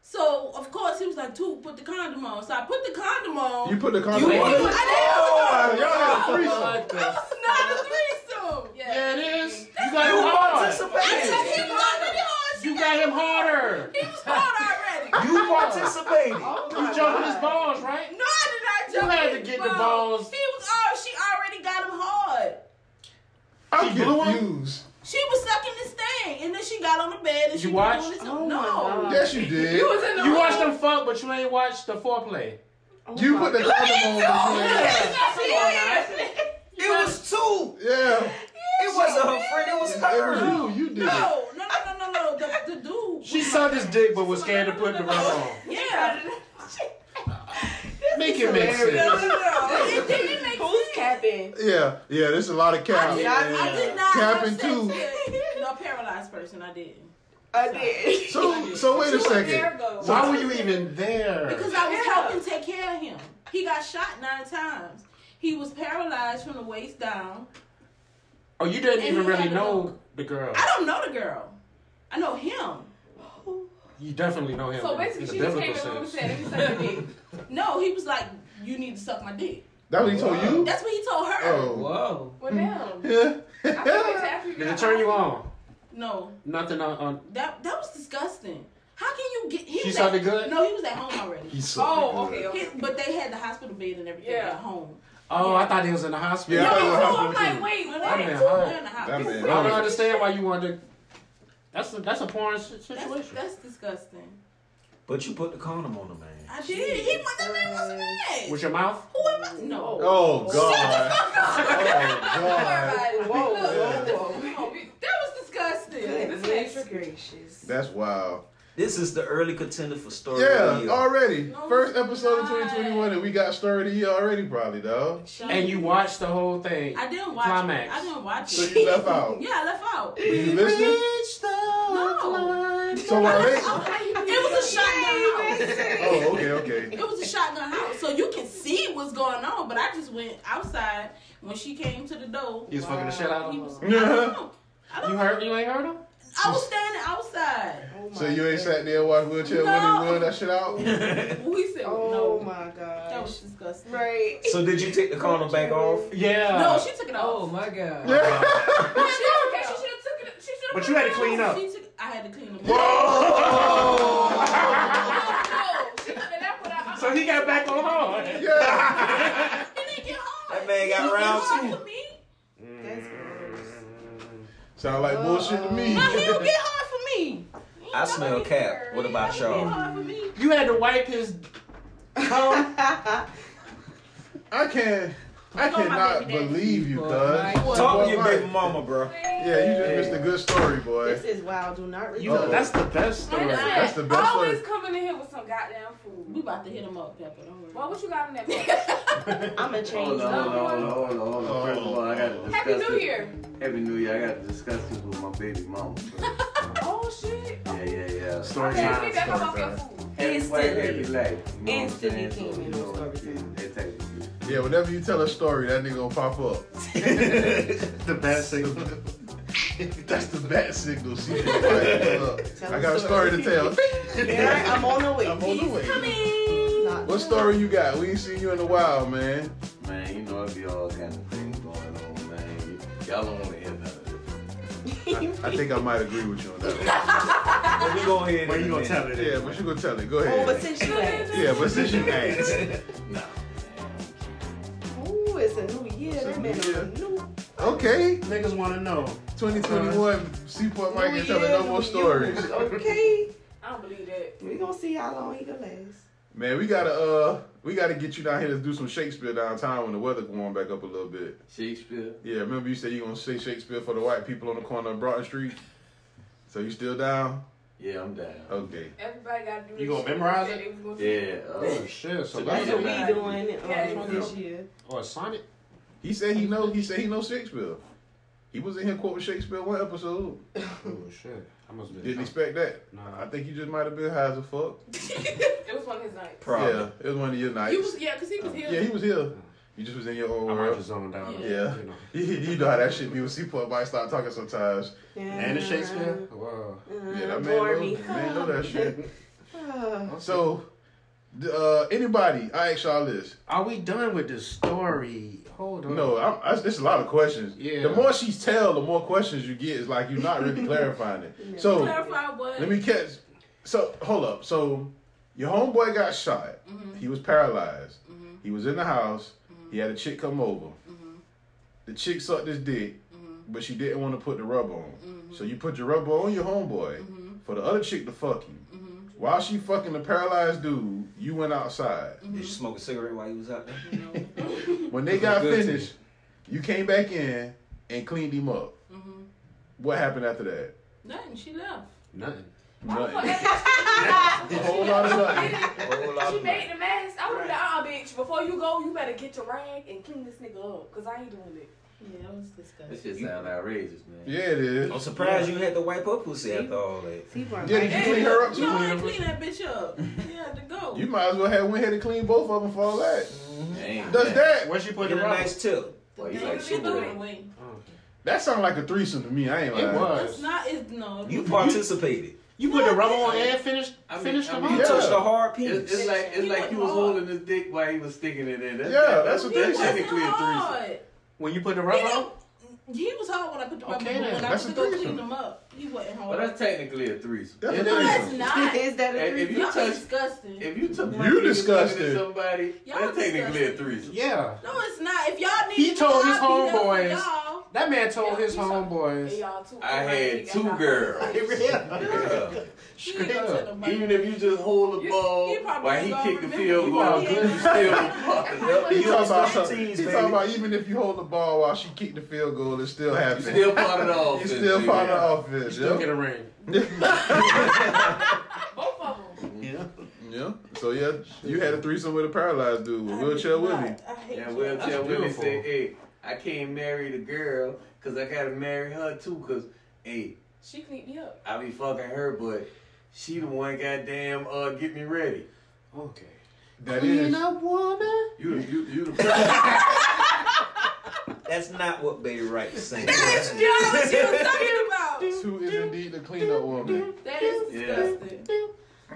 So of course he was like, "Two, put the condom on." So I put the condom on. You put the condom You- on. you- I did. Oh, y'all had a threesome. Like That that. was not a threesome. Yeah, it is. You That's- got him hard. I said he already hard. You got him harder. He was hard already. You participated. You jumping his balls, right? No, I did You not jump. had in to his get the balls. balls. He was. Oh, she already got him hard. I'm confused. She was sucking this thing, and then she got on the bed and You she watched? was doing this. Oh no, Yes, you did. You was in the You room. watched them fuck, but you ain't watched the foreplay. You put the condom on. Yeah. It was two. Yeah. It wasn't her friend. It was her. You, you did. it. no, no, no, no, no, no. The, the dude. She sucked his dick, but was scared to put the rubber on. Yeah. Make it make sense. It didn't make sense. Who's capping? Yeah, yeah, there's a lot of I cow. did, I did not. Capping have sex too. with No paralyzed person. I did. I did. So, so wait a second. Why were you even there? Because I was helping take care of him. He got shot nine times. He was paralyzed from the waist down. Oh, you didn't And even he really had a know the girl. I don't know the girl. I know him. You definitely know him. So basically, in she the just came in biblical the room and sense. said, "Let me suck your dick." No, he was like, "You need to suck my dick." That what he told you? That's what he told her. Oh. Whoa. Well, damn. Yeah. I can't wait till after you Did got it turn you on? No, Nothing on. on that that was disgusting. How can you get? He She was saw at- the good? No, he was at home already. He so Oh, good. okay, okay. He- but they had the hospital bed and everything Yeah. at home. oh, I thought he was in the hospital. Yeah, I Me too. thought it was Oh, I'm happening like, wait, Well, what? they I'm had in two home. in the That hospital. man. I don't hard. understand why you wanted. To, that's a, that's a porn si- situation. That's, that's disgusting. But you put the condom on the man. I did. He was that man wasn't mad. With your mouth? Who am I? No. Oh God. Oh God. Whoa, whoa, whoa. That was disgusting. This is gracious. That's wild. This is the early contender for story. of the Yeah, year. already. Oh, First episode of God. 2021, and we got story of the year already, probably though. And you watched the whole thing. I didn't watch it. Climax. I didn't watch So it. you left out. Yeah, I left out. Were you listening? No. So while they, It was a shotgun house. oh, okay, okay. It was a shotgun house, so you can see what's going on. But I just went outside when she came to the door. He was fucking the shit out of He him. was- I don't know. I don't You heard? You ain't heard him? I was standing outside. So you ain't sat there and watched wheelchair no. No. winning, that shit out. We said, Oh no, my that gosh. was disgusting. Right. So did you take the condom back off? Yeah. No, she took it Oh off. my god. She okay, she should have took it. She should have. But you had to clean up. She took, I had to clean them up. Whoa! No, she could have left without. So he got back on hard. Yeah. It didn't get hard. That man got It was round hard two. for me. That's gross. Sound like bullshit to me. No, he don't get hard for me. I smell cap. What about It don't get y'all? hard for me. You had to wipe his cum. I can't. I Go on, my cannot baby daddy. believe you, cuz. Talk Boy, to your Mike. baby mama, bro. Yeah, you just missed a good story, boy. This is wild. Do not read. You know, that's the best story. That's the best Always story. coming in here with some goddamn food. Mm. We about to hit him up, Pepper. Don't worry. Well, what you got in that box? I'm gonna change. Hold on, hold on, hold on, hold on, hold on. First of all, I gotta discuss Happy New this- Year. Happy New Year. I gotta discuss this with my baby mama. first. Oh shit. yeah, yeah, yeah. Story Okay, let time. me back up Story off your time. food. Everybody, every life. You know Instantly what I'm saying? came in So, you on know, story time. it- it takes- Yeah, whenever you tell a story, that nigga gonna pop up. The best thing. That's the bat signal. She was like, look, I got a story to tell. Alright, I'm on the way. I'm on the way. coming. What story you got? We ain't seen you in a while, man. Man, you know it be all kind of things going on, man. Y'all don't want to hear none of it. I think I might agree with you on that. But we go ahead. But you gonna tell it? Yeah, but you gonna tell it. Go ahead. Oh, but since you asked. yeah, but since you asked, Ooh, it's a new year. That man is a new. okay. Niggas want to know. 2021 Seaport Mike New ain't telling no year, more new stories. you. Okay. I don't believe that. We gonna see how long he can last. Man, we gotta uh, we gotta get you down here to do some Shakespeare downtown when the weather warm back up a little bit. Shakespeare. Yeah, remember you said you gonna say Shakespeare for the white people on the corner of Broughton Street. So you still down? Yeah, I'm down. Okay. Everybody got to do You this gonna shit. memorize They it? said they was gonna- Yeah. uh, Oh, shit, so Today that's what we about- doing it Yeah. um, this year. oh, Or Sonic? He said he know. He said he knows Shakespeare. He was in here quoting Shakespeare one episode. Oh, shit. I must be. Didn't expect that. Nah. I think you just might have been high as a fuck. It was one of his nights. Probably. Yeah, it was one of your nights. You was yeah, cause he was here. yeah, he was here. You just was in your own world. zoned out. Yeah, you, you know how that shit be when Seaport might start talking sometimes. And the Shakespeare? Wow. Uh-huh. Mm, Yeah, that man bore know, me. man know that shit. Uh, So, d- uh, anybody, I ask y'all this. Are we done with this story? Hold on. No, I'm, I, it's a lot of questions. Yeah. The more she tell, the more questions you get. It's like you're not really clarifying it. So, Clarify what? Let me catch. So hold up. So your homeboy got shot. He was paralyzed. He was in the house. He had a chick come over. The chick sucked his dick, but she didn't want to put the rubber on. So you put your rubber on your homeboy for the other chick to fuck you. While she fucking the paralyzed dude, you went outside. Did you smoke a cigarette while you was out there? When they Look got good to finished, you came back in and cleaned him up. Mm-hmm. What happened after that? Nothing. She left. Nothing. Nothing. a whole lot of nothing. She made the mess. I would have been uh-uh, bitch. Before you go, you better get your rag and clean this nigga up. Cause I ain't doing it. Yeah, that was This disgusting. shit sound outrageous, man. Yeah, it is. Oh, I'm surprised you had to wipe up pussy after all that. Yeah, did you clean her up too? No, I ain't clean that bitch up. Yeah, to go. You might as well have went ahead and clean both of them for all that. Damn. Does that? Where she put Get the a rubber? nice tip. Boy, you Damn, like they Superman. threw it away. That sounded like a threesome to me. I ain't It lying. was. It's not. It's no. You participated. You put the rubber on and finished, I mean- finished I um, the mean, You Yeah. touched the hard It's, penis. it's like it's He like went you was hard. holding his dick while he was sticking it in. That's, Yeah, that's what they that's said. technically a threesome. hard. When you put the rubber on? He was hard when I put the rubber Okay, on. then. When I That's was a to go threesome. clean him up, he wasn't Well, hard. that's technically a threesome. That's a It no, is. it's threesome. not. Is that a If- if threesome? you Y'all touch- disgusting. If you took You one penis and put it in disgusted. somebody, Y'all that's technically a disgusted. threesome. Yeah. no, it's not. If y'all need, He to told his y'all be there for homeboys. y'all. That man told Yeah, his you saw- And homeboys. y'all too. I had Everybody two got- girls. Yeah. He ain't gonna tell nobody. Even if you just hold the ball he probably while he gonna kick the remember field you. goal, Yeah. you still part. He talking You about was something. 13, He baby. talking about even if you hold the ball while she kicked the field goal, it's still You happening. still part of the offense. It's still baby. part of the offense. Still yeah. get a ring. Both of them. Yeah. yeah. So yeah, you had a threesome with a paralyzed dude with wheelchair with me. I hate Yeah, you. well, tell women beautiful. say, hey, I can't marry the girl because I gotta marry her too. Cause hey, She cleaned me up. I be fucking her, but she the one goddamn uh get me ready. Okay. That is. woman. You the you, you the That's not what Bay Wright is saying. That's what you was talking about. Two is indeed the cleanup woman. That is Yeah. disgusting.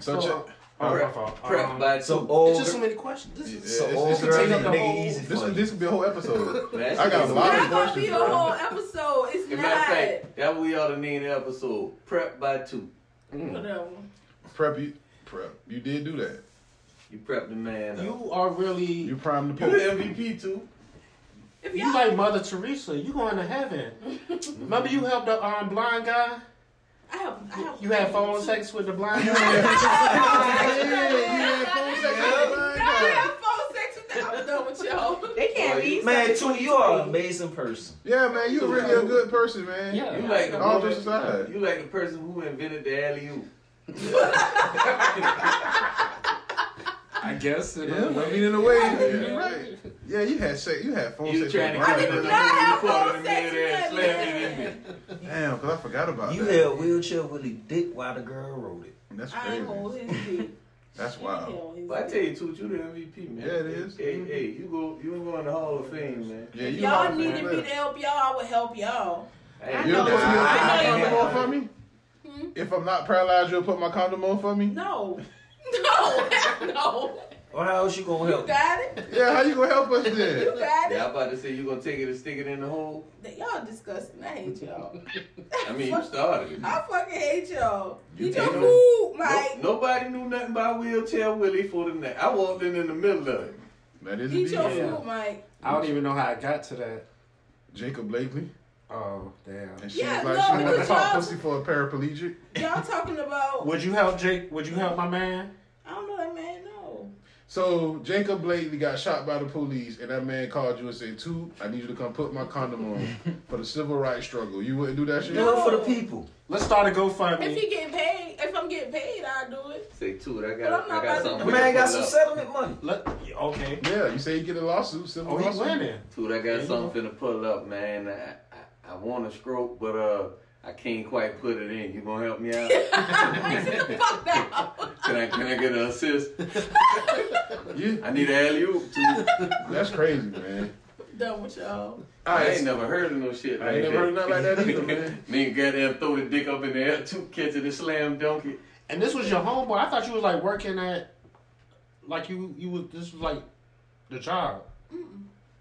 So check. Oh, my fault. prep Um, by So so It's old, just so many questions. This is so it's- old it's girls taking and up the nigga whole- easy This for could you. this could be a whole episode. Man, I got a lot That of gonna be questions. a bro. whole episode. It's As a matter of not. fact, that what we ought to name the episode. Prep by two. Whatever. Prep you. Prep. You did do that. You prep the man. up. You are really. You You, primed the You the poop. MVP too. If y'all like Mother Teresa. You going to heaven. Remember you helped the um, blind guy? I have, I have You had phone sex with the blind guy? I have phone sex with that. I'm done with y'all. They can't Boy, be. Man, too, you are an amazing person. Yeah, man, you really a good person, man. Yeah. You like the All woman- jokes aside. You like the person who invented the alley oop. I guess. It Yeah, I mean, in a way, you're right. Yeah, you had sex. You had phone You sex. trying to with get Brian. in the not have corner phone of the sex middle and with slap that it in man. it. Damn, because I forgot about You that. held wheelchair Willie dick while the girl rode it. That's I crazy. ain't hold his dick. That's wild. But I tell you, Toot, you the MVP, man. Yeah, it is. Hey, hey, you go, you go in the Hall of Fame, man. Yeah, you Y'all hollering needed at me me. to help y'all. I would help y'all. You don't think you'll put my condom on for me? Hmm? If I'm not paralyzed, you'll put my condom on for me? No. No, no. Well, how else you gonna help? Got it? Yeah, how you gonna help us then? You got it? Yeah, I'm about to say you gonna take it and stick it in the hole. Y'all disgusting. I hate y'all. I mean, you started it. I fucking hate y'all. You Eat your did. food, Mike. No- nobody knew nothing about wheelchair Willie for the night. I walked in in the middle of it. That Eat your food, Mike. I don't even know how I got to that. Jacob Blakely. Oh damn. And she Yeah, was no, like, she never because caught y'all- pussy for a paraplegic. Y'all talking about? Would you help Jake? Would you help my man? I don't know that man. No. So Jacob Blakely got shot by the police, and that man called you and said, "Two, I need you to come put my condom on for the civil rights struggle." You wouldn't do that shit. Do it for the people. Let's start a GoFundMe. If he getting paid, if I'm getting paid, I'll do it. Say two, But I I'm got, not I about got to something. do we it. can Man, got put some up. settlement money. Let, okay. Yeah, you say you get a lawsuit, civil Oh, he lawsuit. winning. Dude, I There got you something to pull up, man. I, I, I want to stroke, but uh, I can't quite put it in. You gonna help me out? can I can I get an assist? I need an alley oop. That's crazy, man. Done with y'all. I ain't never heard of no shit. I ain't never heard nothing like that either, man. Nigga goddamn throw the dick up in the air, two catch it and slam dunk it. And this was your homeboy. I thought you was like working at, like you you was this was like the job. Mm-mm.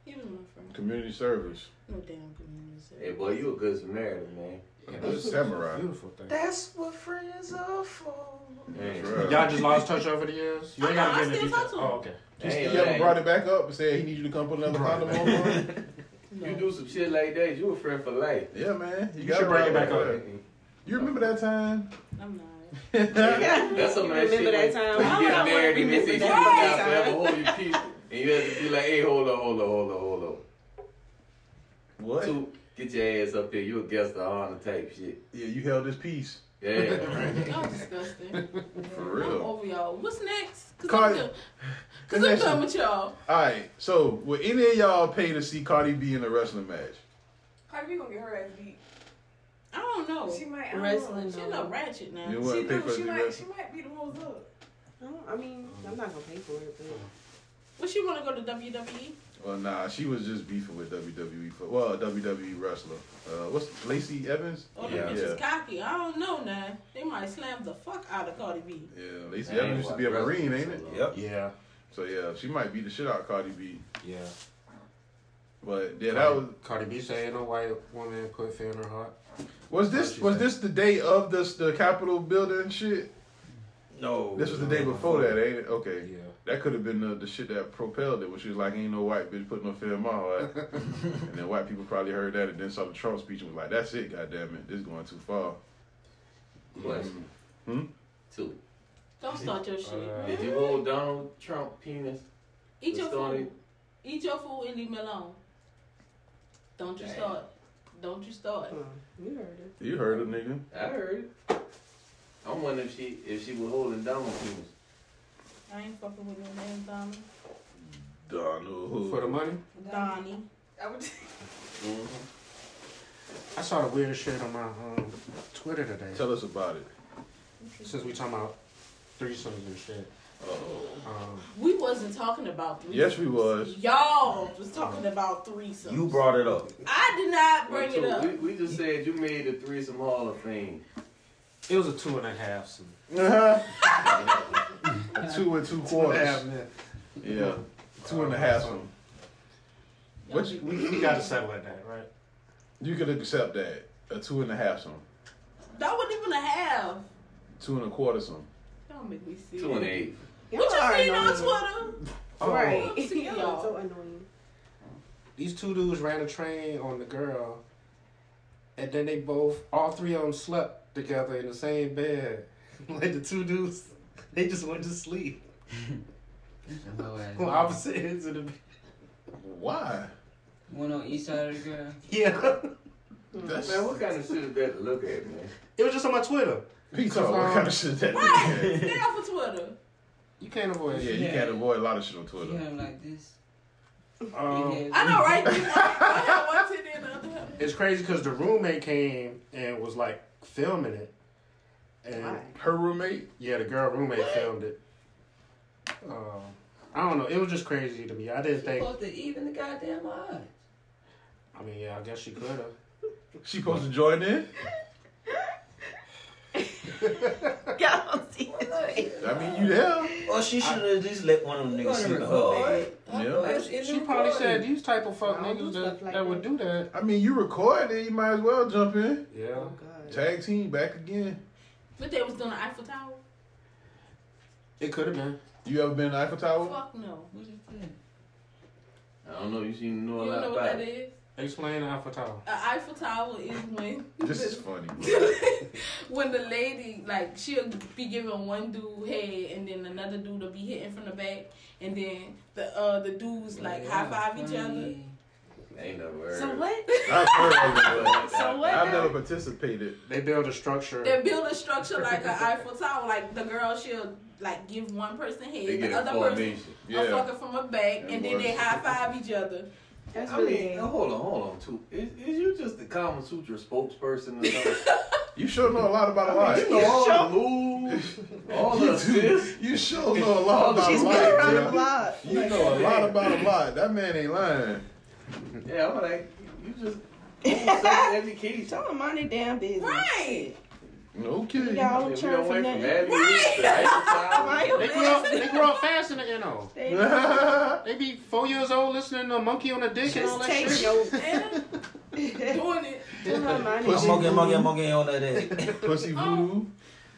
He was my friend. Community service. No damn community service. Hey, boy, you a good Samaritan, man. That's Uh, samurai. Beautiful thing. That's what friends are for. Y'all just lost touch over the years. You ain't gotta get I into still detail. talk to him. Oh, okay. He still haven't brought it back up and said he needs you to come put another condom on. for him? You do some shit like that, you a friend for life. Yeah, man. You, You gotta should bring it wrap back up. up. You remember that time? I'm not. That's some of that shit. Remember that when- time? Why when You would I get wanna married and they remember say you that forgot time? forever, hold your peace. And you have to be like, hey, hold on, hold on, hold on, hold on. What? Two, get your ass up here. You a guest of honor type shit. Yeah, you held his peace. Yeah. Y'all disgusting. For I'm real. over y'all. What's next? Cause Cardi- I'm done. The Cause I'm next done one. with y'all. Alright, so would any of y'all pay to see Cardi B in a wrestling match? Cardi B gonna get her ass beat. I don't know. She might. I don't Wrestling, know. She look ratchet now. You She wouldn't pay do. for She the might. She wrestling? might beat the hoes up. I, don't, I mean, I'm not gonna pay for it, but Well, she want to go to E? WWE. Well, nah, she was just beefing with WWE. For, well, WWE wrestler. Uh, what's Lacey Evans? Oh, them yeah, bitches cocky. I don't know now. They might slam the fuck out of Cardi B. yeah. Lacey Man, Evans used to be a what, Marine, ain't wrestling it? so long. Yep. Yeah. So yeah, she might beat the shit out of Cardi B. Yeah. But yeah, that Cardi- was. Cardi B saying no white woman put fear in her heart. Was this was this the day of this the Capitol building shit? No. This was the Mm-hmm. day before that, ain't it? Okay. Yeah. That could have been the, the shit that propelled it, when she was like, "Ain't no white bitch putting no fear in my heart," and then white people probably heard that and then saw the Trump speech and was like, "That's it, goddamn it, this is going too far." Mm. Question. Hmm? Two. Don't start your shit. Did you hold Donald Trump penis? Eat your Started- food. Eat your food and leave me alone. Don't you Damn. start. Don't you start. you heard it. You heard her, nigga. I heard it. I'm wondering if she if she was holding Donald penis. I ain't fucking with no damn Donnie. Donald. For the money? Donnie. I would. I saw the weirdest shit on my um, Twitter today. Tell us about it. Since we talking about threesomes and shit. Oh. Um, We wasn't talking about threesomes. Yes, we was. Y'all was talking about threesomes. You brought it up. I did not bring Two, it up. We, we just said you made the threesome Hall of Fame. it was a two and a half. So. two and two Two and a quarters. half, man. Yeah, two and a half. of 'em. What you, We, we got to settle at that, right? You could accept that a two and a half some, That wasn't even a half. two and a quarter some. Don't make me see. Two and eight. What Y'all are you seen on annoying. Twitter? Oh. Right. Let's see, Y'all y'all. so annoying. These two dudes ran a train on the girl, and then they both, all three of them, slept together in the same bed. like the two dudes, they just went to sleep on opposite ends of the bed. Why? One on each side of the girl. Yeah, Hmm. Man, what kind of shit is that to look at, man? it was just on my Twitter. He told what kind of shit that Right. nigga Stay off of Twitter. You can't avoid. had. Yeah, shit. you can't avoid a lot of shit on Twitter. I'm like this. Um, I know, right? I had one titty and the other. half. It's crazy because the roommate came and was like filming it, and her roommate, yeah, the girl roommate filmed it. Um, I don't know. It was just crazy to me. I didn't She think. supposed to even the goddamn odds. I mean, yeah, I guess she could have. She supposed to join in? I mean, you there? Or Oh, she should at least let one of them niggas sleep in her bed. Yeah. She probably said these type of fuck niggas that, that would do that. I mean, you record it, you might as well jump in. Yeah. Oh, Tag team back again. But they was doing the Eiffel Tower. It could have been. You ever been to Eiffel Tower? Fuck no. I don't know. You seem to know a You lot know what about that it. is? Explain Alpha Tower. An Eiffel Tower is when This is funny. when the lady like she'll be giving one dude head and then another dude will be hitting from the back and then the uh the dudes like high five each Mm-hmm. other. Ain't no word. So what? I've heard of it. So what I've now? never participated. They build a structure. They build a structure like an Eiffel Tower. Like the girl, she'll like give one person head, They get the a other person formation. a Yeah. fucking from a back, and then they works. high five each other. I mean, now, hold on, hold on, too. Is, is you just the Kama Sutra spokesperson or something? You sure know a lot about I life. mean, you know all the moves, all the You do. assists. You sure know a lot All the- about Oh, She's life. been around bruh. the block. You Like, know a lot man. about a lot. That man ain't lying. Yeah, I'm like, you just Education. Don't mind their damn business. Right. No kidding. Y'all don't turn for nothing. They grew up. They grew up fast in the NO. They be four years old listening to Monkey on a Dick and all that take shit. your- doing it. Pussy monkey, monkey, voodoo. monkey on that ass. Pussy Oh. voodoo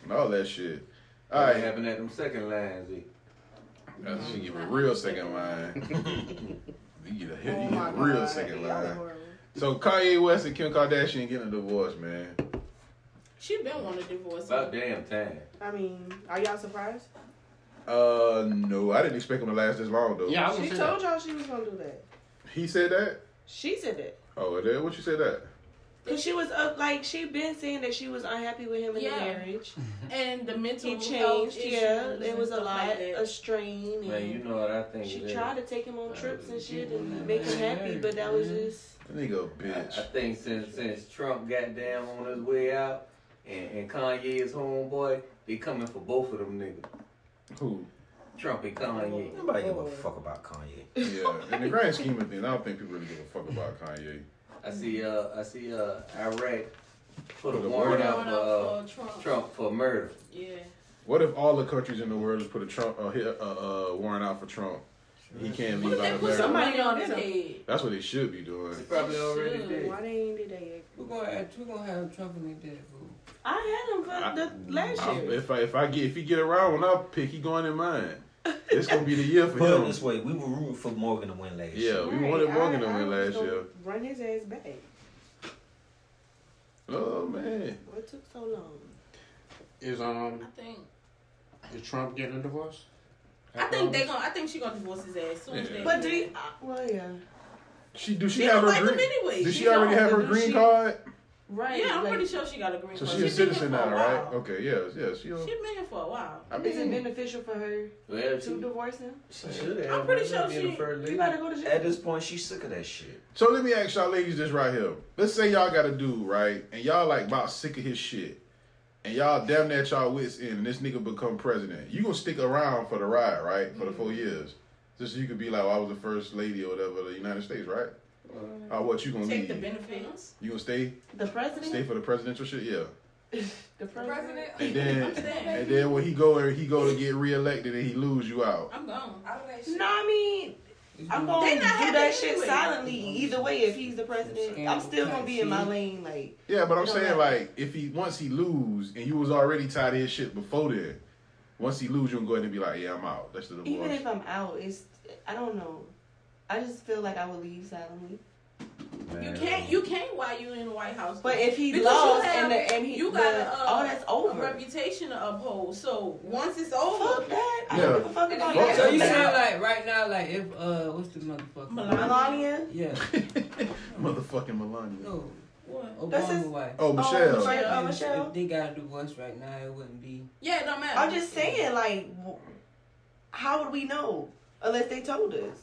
and all that shit. All All right, right, having that them second lines. eh? That's- she give a real second line. you get a, Oh you get a real second line. So Kanye West and Kim Kardashian getting a divorce, man. She been wanting a divorce. About damn time. I mean, are y'all surprised? Uh, no, I didn't expect him to last this long though. she told y'all she was gonna do that. He said that. She said that. Oh, it is? What you said that? Cause she was up, like she been saying that she was unhappy with him in Yeah. the marriage. And the mental He health changed, issues yeah. It and oh, was a stuff lot, like that. a strain. And Man, you know what I think. she it is. tried to take him on trips Uh, and shit and make him happy, but that was just. That nigga a I, bitch. I think since since Trump got down on his way out and, and Kanye is homeboy, they coming for both of them niggas. Who? Trump and Kanye. Nobody give a fuck about Kanye. Yeah. In the grand scheme of things, I don't think people really give a fuck about Kanye. I see uh I see uh Iraq put a Put a warrant warrant out out for for uh, Trump. Trump for murder. Yeah. What if all the countries in the world just put a Trump uh, hit- uh, uh, warrant out for Trump? He can't leave out of Put America. somebody on his head. That's what they should be doing. Probably already did. Why they ain't did that yet? We're gonna have, we're gonna have trouble in that boo. I had him for the last I- year. if I if I get if he get around when I pick, he going in mine. It's gonna be the year for Put it him. this way, we were rooting for Morgan to win last Yeah, year. we wanted Morgan to win last So, year. Run his ass back. Oh man. What took so long? Is um I think. is Trump getting a divorce? I think they gonna. I think she gonna divorce his ass soon. as Yeah. they- But do you, uh, well, yeah. She do she She have don't her like him green? anyway. Does She she already don't. have her Does green she- card? Right. Yeah, I'm like- pretty sure she got a green So card. she a She been citizen here for now, a right? while. Okay, yes, yes. She She been here for a while. I Is it mean, beneficial for her Well, to divorce him? She should have. I'm Morgan pretty sure being the she- first lady. you better go to jail. At this point, she's sick of that shit. So let me ask y'all ladies this right here. Let's say y'all got a dude, right? And y'all like about sick of his shit. And y'all damn near at y'all wits in and this nigga become president. You gonna stick around for the ride, right? For the four years. Just so you could be like, well, I was the first lady or whatever of the United States, right? Or what you gonna Take the leave? benefits. You gonna stay The president? stay for the presidential shit? Yeah. The president? And then and then when he go and he go to get reelected and he lose you out. I'm gone. I don't like No, I mean, I'm going They to do not happy that shit anyway. silently. Either way, if he's the president, I'm still going to be in my lane. Like, Yeah, but I'm No, saying no. like if he once he lose and you was already tired of his shit before then, once he lose you can go ahead and be like, Yeah, I'm out. That's the divorce. even if I'm out, it's, I don't know. I just feel like I would leave silently. You can't. You can't while you in the White House. But if he Because lost you have- and the- and he- you the- got a, uh, all that's over. A reputation to uphold. So once it's over, that. I don't give a fuck about So you sound like right now, like if uh, what's the motherfucker? Oh, Melania? Yeah. Motherfucking Melania. No. What? Obama That's his- wife. Oh, Michelle. Michelle, oh, If- Michelle. If they got a divorce right now, it wouldn't be. Yeah, it don't matter. I'm just saying, like, wh- how would we know unless they told us?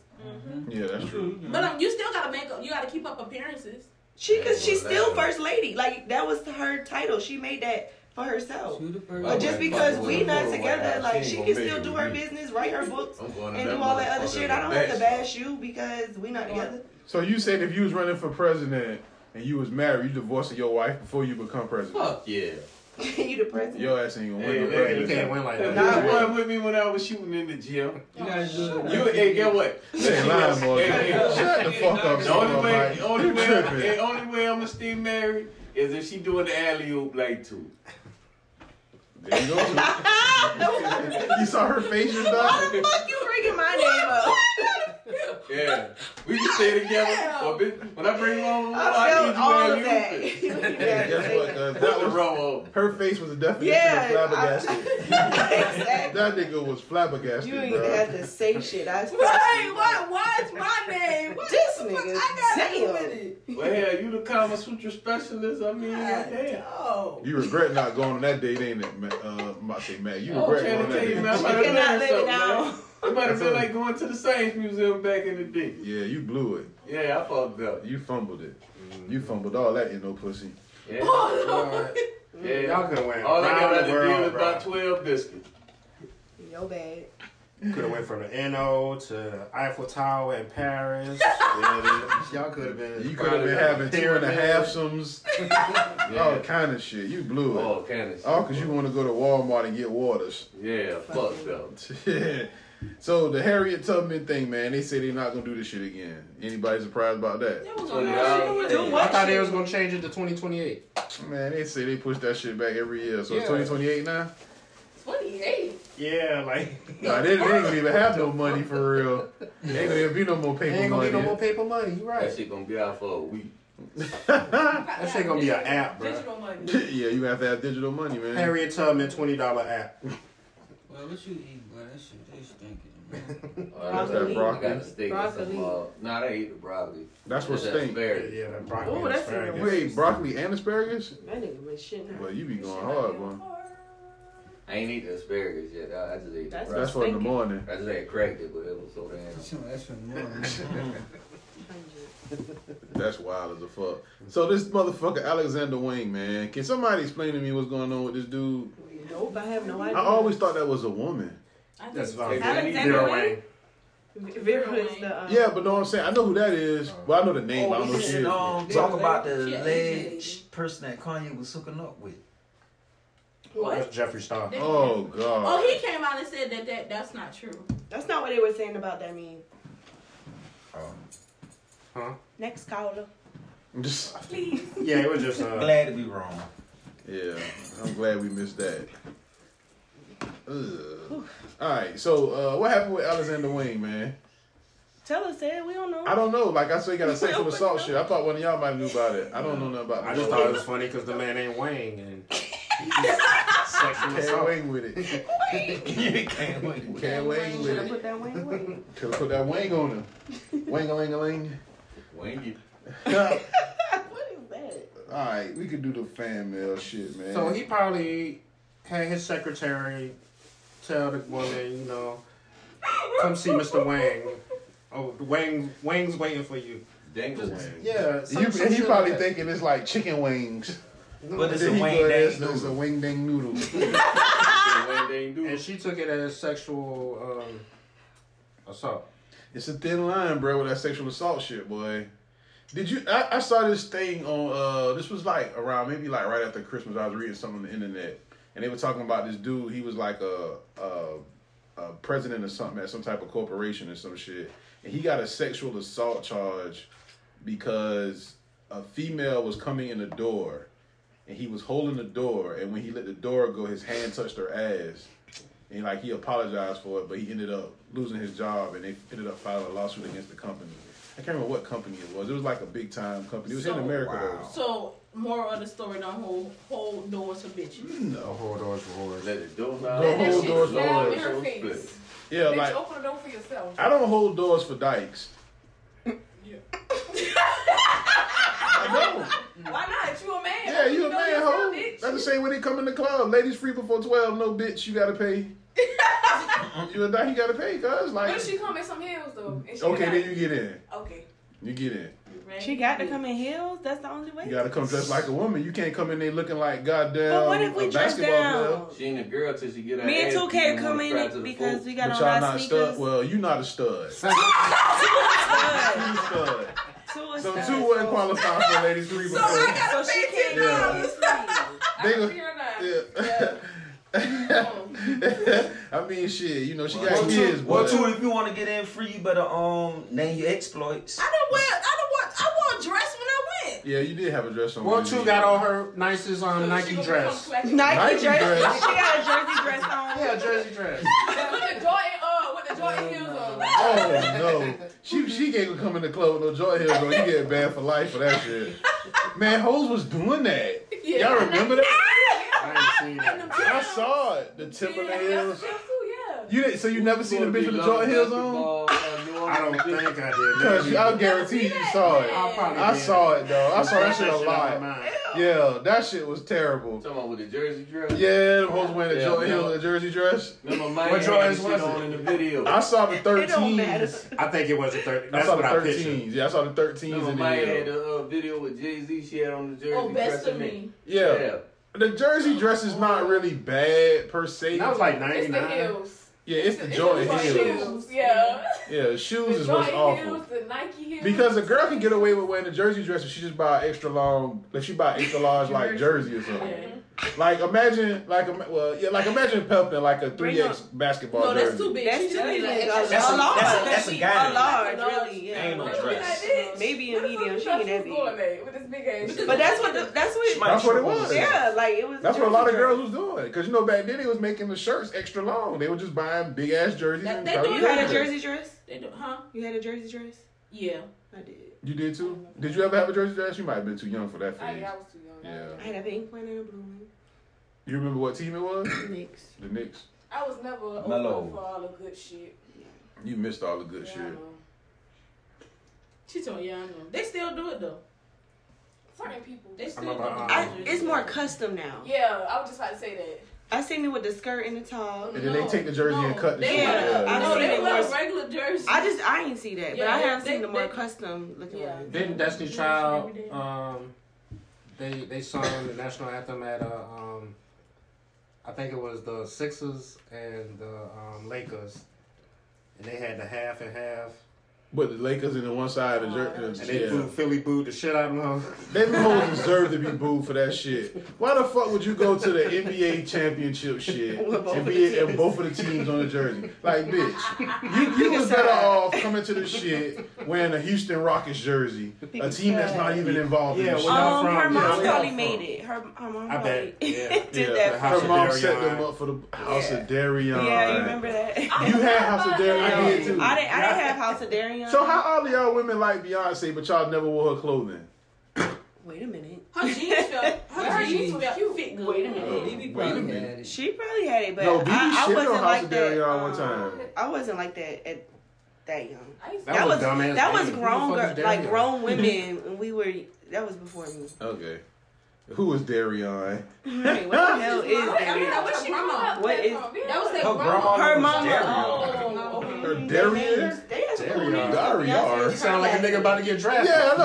Yeah, that's true. But um, you still gotta make. up. You gotta keep up appearances. She, cause she's still first lady. Like that was her title. She made that for herself. But just because we not together, like she can still do her business, write her books, I'm and going to do that all that other motherfucker shit. I don't back. have to bash you because we not together. So you said if you was running for president and you was married, you divorcing your wife before you become president. Fuck yeah. you the president. Your ass ain't gonna win Hey, no hey, presidency. you can't win like that. Nah, it wasn't with me when I was shooting in the gym. You guys good. You hey, get what? You ain't lying, boy. Hey, hey, Shut the fuck up, The only Solo way, Mike. the only You way, tripping. the only way I'ma stay married is if she doing the alley oop like two. There you go. you saw her face just Why the fuck you bringing my name up? Yeah, we can stay together. Well, bitch, when I bring you on, I I, felt all need of you that. alley Hey, guess what? Cuz that was Her face was the definition Yeah, I- of flabbergasted. That nigga was flabbergasted, You ain't bro. even have to say shit. I Wait, what? What's my name? What This the fuck? nigga, I gotta do damn. with it. Well, hell, you the Kama Sutra specialist. I mean, damn. Oh. You regret not going on that date, ain't it? Ma- Uh, I'm about to say, Matt, you I'm regret trying going on to tell that you, date. man, I might have learned live it something, man. It might have That's all. been like going to the Science Museum back in the day. Yeah, you blew it. Yeah, I fucked up. You fumbled it. You fumbled all that in no pussy. Yeah. yeah. Y'all could've went All I around got the out the world, deal is bro. about 12 biscuits. Yo, bad. Could have went from the NO to Eiffel Tower in Paris. Y'all could have been. You could have been having two and a half somes, Oh, all kind of shit. You blew it. All kind of shit. All because you want to go to Walmart and get waters. Yeah, fucked up. so the Harriet Tubman thing, man, they say they're not gonna do this shit again. Anybody surprised about that? I thought they was gonna change it to 2028. Man, they say they push that shit back every year. So Yeah. it's 2028 now. 28. Yeah, like Nah, they, they ain't gonna even have no money for real. They ain't gonna even be no more paper ain't gonna money. be no more paper money. You right? That shit gonna be out for a week. That shit gonna be an app, bro. yeah, you have to have digital money, man. Harriet Tubman twenty dollar app. Well, what you eat, boy? That shit tastes stinking. All right, Broccoli. I got a steak and some, Broccoli. uh, nah, they eat the broccoli. That's what Just stink. asparagus. Yeah, that Ooh, broccoli. Oh, that's asparagus. You ate broccoli and asparagus? That nigga was shitting Well, you be going hard, boy. I ain't eat the asparagus yet. I, I just ate That's the That's for in the broccoli. morning. I just ain't cracked it, but it was so damn. That's for more. That's wild as a fuck. So this motherfucker Alexander Wang, man, can somebody explain to me what's going on with this dude? Nope, I have no I idea. always thought that was a woman. That's Alexander Alexander Wang. Vera is the. Um, Yeah, but know what I'm saying? I know who that is, but I know the name. Oh, but I don't know we shit. should um, talk about the alleged person that Kanye was hooking up with. That's Jeffree Star. Oh Oh, god. he came out and said that, that that's not true. That's not what they were saying about that meme. Um, Huh? Next caller. Just- Please. Yeah, it was just. Uh, Glad to be wrong. yeah, I'm glad we missed that. Ugh. All right, so uh, what happened with Alexander Wang, man? Tell us, Ed. We don't know. I don't know. Like I said, he got a sexual assault shit. I thought one of y'all might have knew about it. I don't know nothing about. I just thought it was funny because the man ain't Wang and sexual Can't assault. wing with it. you can't wait. Can't wing with Should have it. put that wing wing. Could put that wing on him. Wing a ling a ling. Wangy. All what is that? right, we could do the fan mail shit, man. So he probably had his secretary tell the woman, you know, come see Mr. Wang. Oh, Wang Wang's waiting for you. Dangle wing. Yeah, some- You- some he shit probably like that. thinking it's like chicken wings. But it's a Then he wing go, dang "It's- It's a noodle." wing dang noodle. Wang dang do. And she took it as sexual um, assault. It's a thin line, bro, with that sexual assault shit, boy. Did you? I, I saw this thing on. uh This was like around maybe like right after Christmas. I was reading something on the internet, and they were talking about this dude. He was like a a, a president or something at some type of corporation or some shit, and he got a sexual assault charge because a female was coming in the door, and he was holding the door, and when he let the door go, his hand touched her ass. And like he apologized for it, but he ended up losing his job, and they ended up filing a lawsuit against the company. I can't remember what company it was. It was like a big time company. It was in So- America. So, moral of the story don't hold, hold doors for bitches. though. The No. whole doors were horrors. Let it do now. Don't hold Let doors it for go. whores. Let it Face. split. Yeah, Bitch, oh. like open the door for yourself. I don't hold doors for dykes. I don't. Why not? You a man. Yeah, you a know man, yourself, ho. bitch. That's the same when they come in the club. Ladies free before twelve. No bitch, you gotta pay. you a dyke, you gotta pay, cause What like. if she come in some heels though? And she Okay, not- then you get in. Okay. You get in. She got to come in heels. That's the only way. You gotta come dressed like a woman. You can't come in there looking like goddamn But what if we a dress basketball player. down? She ain't a girl till she get her Me and ass Two beat K on come the in front to it the because foot. we got But on y'all our not stud. stud. Well, you not a stud. Stud. You stud. So two wouldn't qualify for ladies three. So before. I gotta So pay she ten can't They dollars. go- yeah. I mean, shit. You know, she got kids, Well, but two, if you want to get in free, you better um name your exploits. I don't wear. I don't want. I wore a dress when I went. yeah, you did have a dress on. Well, when you- two got on her nicest um, Nike dress. Nike, Nike dress? dress. She got a jersey dress on. Yeah, a jersey dress. with the Jordan, uh, with the Jordan heels on. Oh no, she she can't come in the club with no joint heels on. You get banned for life for that shit. Man, hoes was doing that. Yeah. Y'all remember that? I ain't seen that. I saw it. uh, The Timberlands. Yeah. You didn't. So you never seen the bitch with the joint heels Oh, on? uh, I don't think I did. Cause I guarantee you saw it. I probably I did. saw it though. I saw that shit a That shit on lot. my mind. Yeah, that shit was terrible. Talking about with the jersey dress. Yeah, the hoes wearing the Yeah, joint yeah. heels and the jersey dress. Remember Mike What had drawings that was shit on it? in the video. I saw the thirteens. I think it was a 13. I That's saw the what I pictured. thirteens. Yeah, I saw the thirteens Remember in Mike the had a uh, video with Jay Z. She had on the jersey Oh, best dress of and me. it. Yeah. The jersey dress is not really bad per se. That was like It's the 99. heels. Yeah, it's the It's joint the heels. shoes, Yeah. Yeah, shoes The is Jordan what's awful. heels, the Nike heels. Because a girl can get away with wearing a jersey dress if she just buy an extra long, if she buy an extra large like jersey or something. Like imagine, like ima- well, yeah, like imagine Pelton like a three X basketball No, jersey. that's too big. She just need like That's extra. a, that's a, large. that's a, guy. large, really. Yeah. Ain't no Like dress. this. Maybe a medium. She That's ain't what's that going big. there with this big ass. shit. But that's what the, that's what That's what it was. Yeah, like it was. That's what a lot of jersey girls was doing. Because you know back then they was making the shirts extra long. They were just buying big ass jerseys. That- and they probably do dress. You had a wearing them. jersey dress. They do, huh? You had a jersey dress. Yeah. I did. You did too. Did you ever have a jersey dress? You might have been too young for that I, phase. I was too young. Yeah. I had a pink one and a blue one. You remember what team it was? Knicks. The Knicks. I was never Mellow. open for all the good shit. You missed all the good Yeah, I shit. know. She told yeah, I know. They still do it though. Certain people. They still do I'm about- it. I, it's more custom now. Yeah, I was just about to say that. I seen it with the skirt and the top. And then they take the jersey and cut the they shit. wear- I No, know Yeah. they they wear wore- regular jerseys. I just I ain't see that, but Yeah, I have they- seen the more they- custom looking Yeah. ones. Didn't Destiny Child um they they sung the national anthem at uh, um I think it was the Sixers and the um, Lakers. And they had the half and half. But the Lakers in the one side of the And jersey. they booed, Philly booed the shit out of them. Them hoes deserve to be booed for that shit. Why the fuck would you go to the NBA championship shit and be and both of the teams on the jersey? Like, bitch, you, you was better off coming to the shit wearing a Houston Rockets jersey, a team that's not even involved in Yeah, the shit. where y'all Um, from? her Yeah, mom where y'all probably from? made it. Her, her mom I probably bet. Yeah. did Yeah, that. the for house Her of mom Darion. set them up for the House of Darion. Yeah, you remember that? I didn't, You had House of Darion. I did too. I didn't have House of Darian. So how all of y'all women like Beyonce, but y'all never wore her clothing? Wait a minute. her jeans felt her jeans jeans felt fit good. Wait a Oh, Wait a minute. She probably had it, but No, BB I, shit I on wasn't House like of that. Darion one um, time. I wasn't like that at that young. I used to That was a dumbass that was name. Who the grown fuck is girl, like Darion? grown women, and we were. That was before me. Okay. Who was Darion? Right, what the hell is I mean, that? now where's she Grandma. from? What is That was that Her grandma. grandma her was mama? Darion. Oh, Or Darion? they have cool Darion. names. Darion. Beyonce's Sound like a nigga about to get drafted. Yeah, I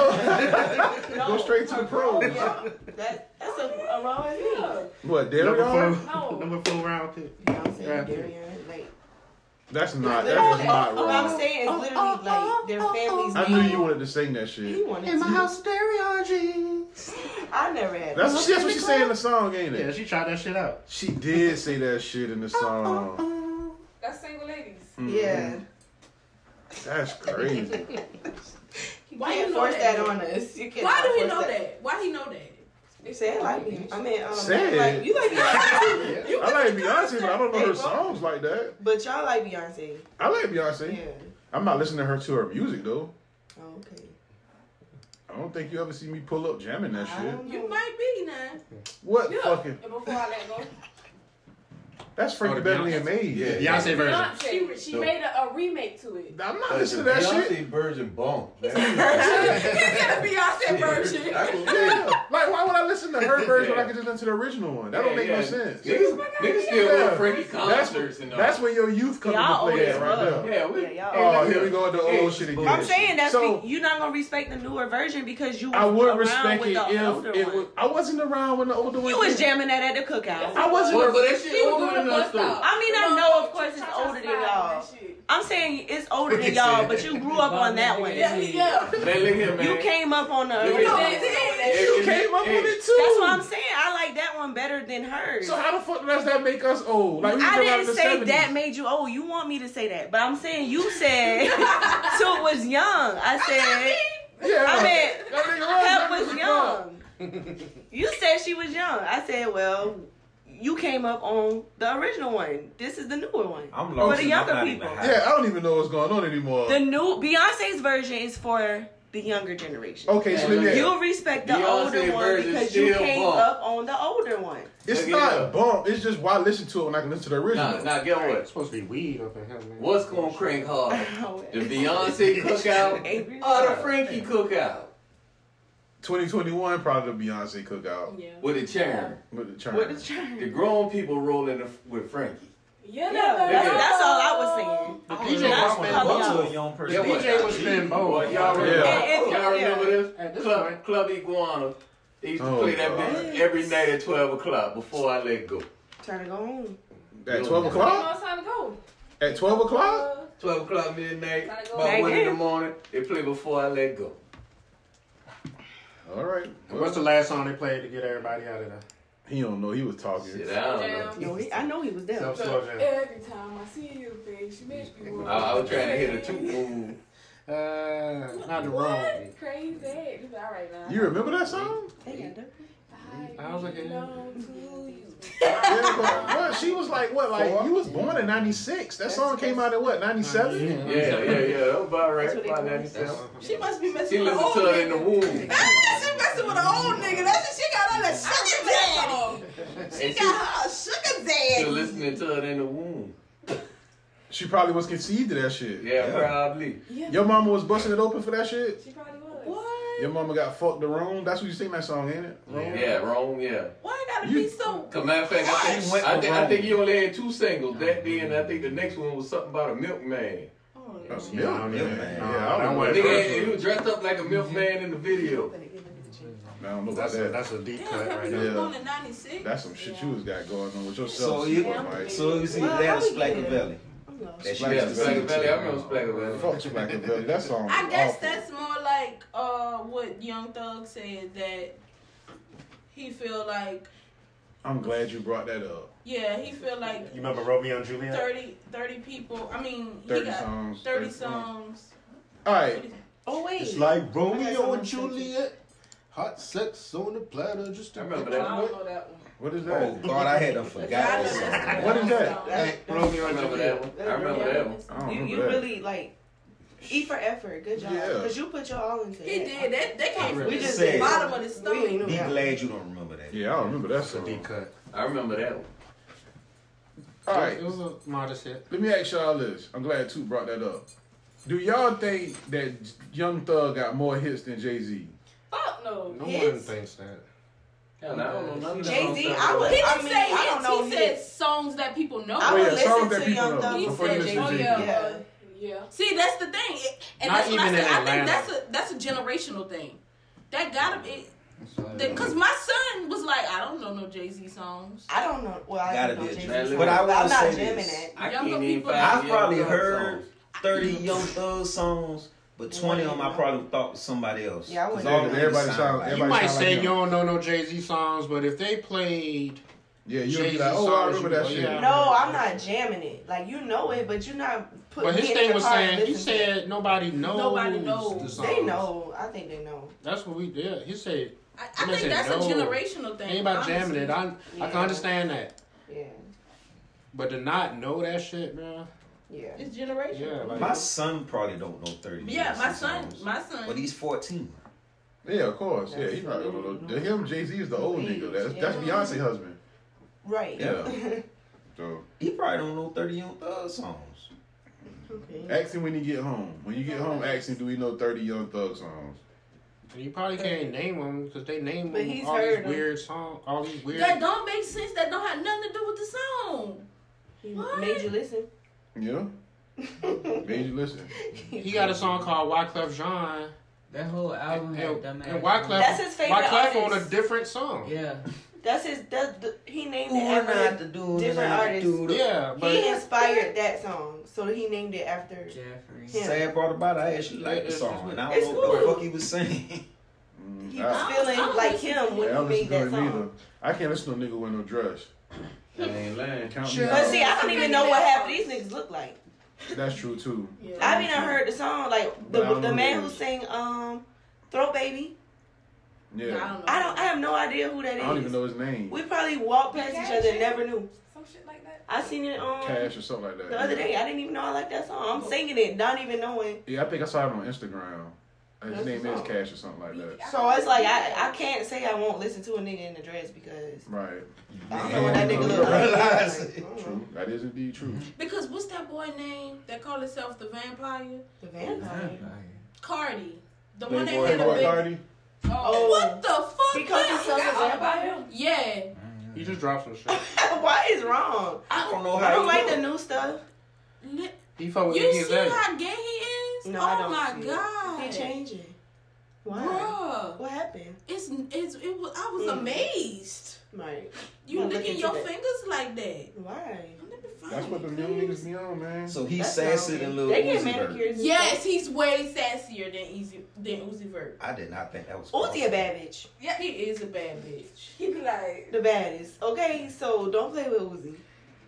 know. Go straight to the pros. That, that's a, a wrong name. What, Number Darion? four, number four round pick. Beyonce, Right. Darion, like. That's not, that Literally, is not What Oh, I'm wrong. saying is literally like their families. I knew you wanted to sing that He shit. wanted to. house, Darion jeans. I never had. That's, that's what she said in the song, ain't Yeah, it? she tried that shit out. She did say that shit in the Oh, song. That's single ladies. Yeah. Mm. That's crazy. Why you you know force that? that? on us? You can't Why do he know that? Why he know that? You say it like me. I mean, um, Say you like, it. you like Beyonce, I like Beyonce, but I don't know her songs like that. but y'all like Beyonce. I like Yeah. Beyonce. I'm not listening to her to her music though. Oh, okay. I don't think you ever see me pull up jamming that I shit. don't know. You might be now. What Yeah. fucking? And before I let go, That's Frankie Oh, the Beverly and Maze. The Yeah. Beyonce version. Beyonce, she, she made a, a remake to it. I'm not listening to that Beyonce shit. Virgin Bone. Beyonce version. Yeah. Like, why would I listen to her version when I could just listen to the original one? That don't make no sense. Niggas, niggas still Yeah. yeah. Frankie That's, concerts and all. Oh, that's where your youth comes into Y'all old play as at right fuck. now. yeah, we, Yeah, y'all- Oh, here we go with the old shit again. I'm saying that's so. be, you're not gonna respect the newer version because you. Was I would around respect with it the older if it one. was. I wasn't around when the older one. You was came. jamming that at the cookout. I wasn't. But, but that shit She was older doing than a us bust though. out. I mean, I know, of course, it's older than y'all. I'm saying it's older than y'all, but you grew up on that one. Yeah, yeah. Man, look here, man. You came up on the. Look at original. that. You Hey, came up hey. on it too. That's what I'm saying. I like that one better than hers. So how the fuck does that make us old? Like we I came out in didn't the say 70s. that made you old. You want me to say that, but I'm saying you said Toot was young. I said, Yeah. I meant That nigga was Pep was young. you said she was young. I said, well, you came up on the original one. This is the newer one. I'm For the younger people. Yeah, I don't even know what's going on anymore. The new Beyonce's version is for the younger generation. Okay, so then, yeah. you respect the Beyonce older one version because you still came bump. up on the older one. it's not a bump. It's just why I listen to it when I can listen to the original. Nah, nah, get what? It's supposed to be weed up in here, man. What's gonna crank hard? Oh, The Beyonce cookout or the Frankie cookout? 2021 probably the Beyonce cookout. Yeah. With the churn. With the churn. With the churn. The grown people rolling the, with Frankie. Yeah, that's, that's all I was saying. DJ The was spinning both. The DJ was spinning both. Boy, y'all remember, Yeah. And- and- y'all remember yeah. this? Club, Club Iguana. They used to Oh, play that God. bitch every night at 12 o'clock before I let go. Trying to go home. At 12 o'clock? It's time to go. At 12 o'clock? 12 o'clock midnight, Gotta go. about 1 in the Megan. morning, they play before I let go. All right. What's the last song they played to get everybody out of there? He don't know. He was talking. Shit, I don't Down. No, he, I know he was there. Self-slow jam. Every time I see your face, you make me I, want I was trying to hit a crazy. two move. Uh, not the wrong. What? Crazy. You be All right now. You remember that song? I was like, yeah. yeah, but what? She was like, what? Like, you was born in 96. That song came out in what, 97? Yeah, yeah, yeah. That was about right. About 97. She must be She messing with an listened old to it in nigga. the womb. she messing with an old nigga. That's what she got on the sugar daddy. She And she- got her a sugar Still daddy. listening to it in the womb. She probably was conceived to that shit. Yeah, probably. Your mama was busting it open for that shit? She probably was. What? Your mama got fucked the wrong. That's what you sing that song, ain't it? Wrong? Yeah, wrong. Yeah. Why I gotta be so? Cause matter of fact, I harsh? think, I, think, I think you only had two singles that Mm-hmm. day, and I think the next one was something about a milkman. Milkman. Milkman. Yeah, I don't know. Nigga, had- he was dressed up Mm-hmm. like a milkman in the video. I don't know about That's a- that. that's a deep Damn, cut right Pepper was born Yeah. in '96. That's some shit you was got going on with yourself. So you, Mike. so you see Well, that how is we Black get it? Valley. That she Black used to Valley, sing Valley, to. I remember Black Valley. Fuck you, Black Valley. That song. I was guess awful. that's more like uh, what Young Thug said that he feel like I'm glad you brought that up. yeah he feel like You remember Romeo and Juliet? 30, 30 people. I mean, he 30 got songs, 30 30 songs. All right. Oh wait. It's like Romeo and Juliet. Hot sex on the platter, just a remember picture that. of it. Oh, What is that? Oh God, I had a forgot this song. What is that? Hey, I Romeo and remember Juliet. that one. I remember that one. I don't You, remember you that. really like eat for effort. Good job. Yeah. Because you put your all into He it. did that. They came from Really just the sad. bottom of the stomach. Be glad you don't remember that. Yeah, I don't remember that That's a song. deep cut. I remember that one. All right. It was a modest hit. Let me ask y'all this. I'm glad Toot brought that up. Do y'all think that Young Thug got more hits than Jay Z? Fuck no. No one Hits. thinks that. Hell, I don't know none of that Jay Z, song. I would. He didn't I mean, say I don't hits. know. He hits. said songs that people know. I would yeah, songs listen that to people Young know. Thug. He before said you listen Jay-Z. to Oh Jay-Z. yeah. Yeah. uh, Yeah. See, that's the thing, It- and Not that's what I even said. in I think Atlanta. that's a that's a generational thing. That gotta be. Because my son was like, I don't know no Jay Z songs. I don't know. Well, I Gotta don't be know a Jay-Z. Jay-Z. Man, But I But I'm will not say jamming this. it. I Younger can't even people- find I've Young probably Thug heard songs. 30 Young Thug songs, but 20 of them I probably thought was somebody else. Yeah, I Because wouldn't. all of them Everybody sound- alike. You everybody- might sound say like him. you don't know no Jay Z songs, but if they played, Yeah, you'll be Jay-Z like, oh, I songs, remember you that know, shit. yeah. No, I'm not jamming it. Like you know it, but you're not putting. but his it in thing your was car saying and he listening. said nobody knows. Nobody knows. The songs. they know. I think they know. That's what we did. He said I, I'm I gonna think say that's no. a generational thing. ain't about jamming honestly. it. I I can Yeah. understand that, Yeah. but to not know that shit, man. Yeah. It's generational. Yeah, like My son probably don't know 30 Yeah, Jay-Z my son, songs, my son. But he's 14. Yeah, of course. Yeah, he probably don't know. To him, Jay Z is the old nigga. That's that's Beyonce husband. Right. Yeah. So He probably don't know 30 Young Thug songs. okay. ask him when you get home. When you get home, ask him, do we know 30 Young Thug songs? and you probably can't name them because they name But them he's all heard these 'em. weird songs, all these weird. That don't make sense. That don't have nothing to do with the song. He What? made you listen. Yeah? Made you listen. He got a song called Wyclef Jean. That whole album And, had and, dumbass. and Wyclef, That's his favorite Wyclef on a artist. different song. Yeah. That's his. That's the, he named Who it after are not the dude different that artists. do the- Yeah, but- he inspired that song, so he named it after Jeffrey. Sad part about it, I actually liked the song, and I don't It's know what the cool. fuck he was saying. He was feeling like him when I he don't made listen to that it song. either. I can't listen to a nigga with no dress. I ain't lying. Count me But see, I out. don't even know what half of these niggas look like. That's true too. I mean, I heard the song like But I the don't the know man who who it is. sang um, "Throat Baby." Yeah. I don't. I have no idea who that I is. don't even know his name. We probably walked past each other and never knew. Some shit like that. I seen it on Cash or something like that. the other day. I didn't even know I liked that song. Oh. I'm singing it, not even knowing. Yeah, I think I saw him on Instagram. His That's name the is song. Cash or something like that. So it's like I, I can't say I won't listen to a nigga in the dress because Right. I don't know what that nigga look Realize like. it. True. That is indeed true. Mm-hmm. Because what's that boy name that called himself the vampire? The vampire. Cardi. The one that Playboy had a Playboy big. Cardi. Oh. What the fuck? He calls man? himself a got- vampire? Yeah. You just dropped some shit. Why is wrong? I don't know I how don't he like look. the new stuff. Li- He fuck with You Iggy see Azalea. how gay he is? No, oh I don't my see it. god. He changing. Why? Bruh. What happened? It's it's it was I was Mm. amazed. Right. You Not licking looking your to that. fingers like that. Why? That's what the young niggas be on, man. So he's That's sassy not- than Lil They get Uzi manicures Vert. Yes, he's way sassier than Easy than Uzi Vert. I did not think that was. Uzi a bad bitch. Yeah, he is a bad bitch. He be like the baddest. Okay, so don't play with Uzi.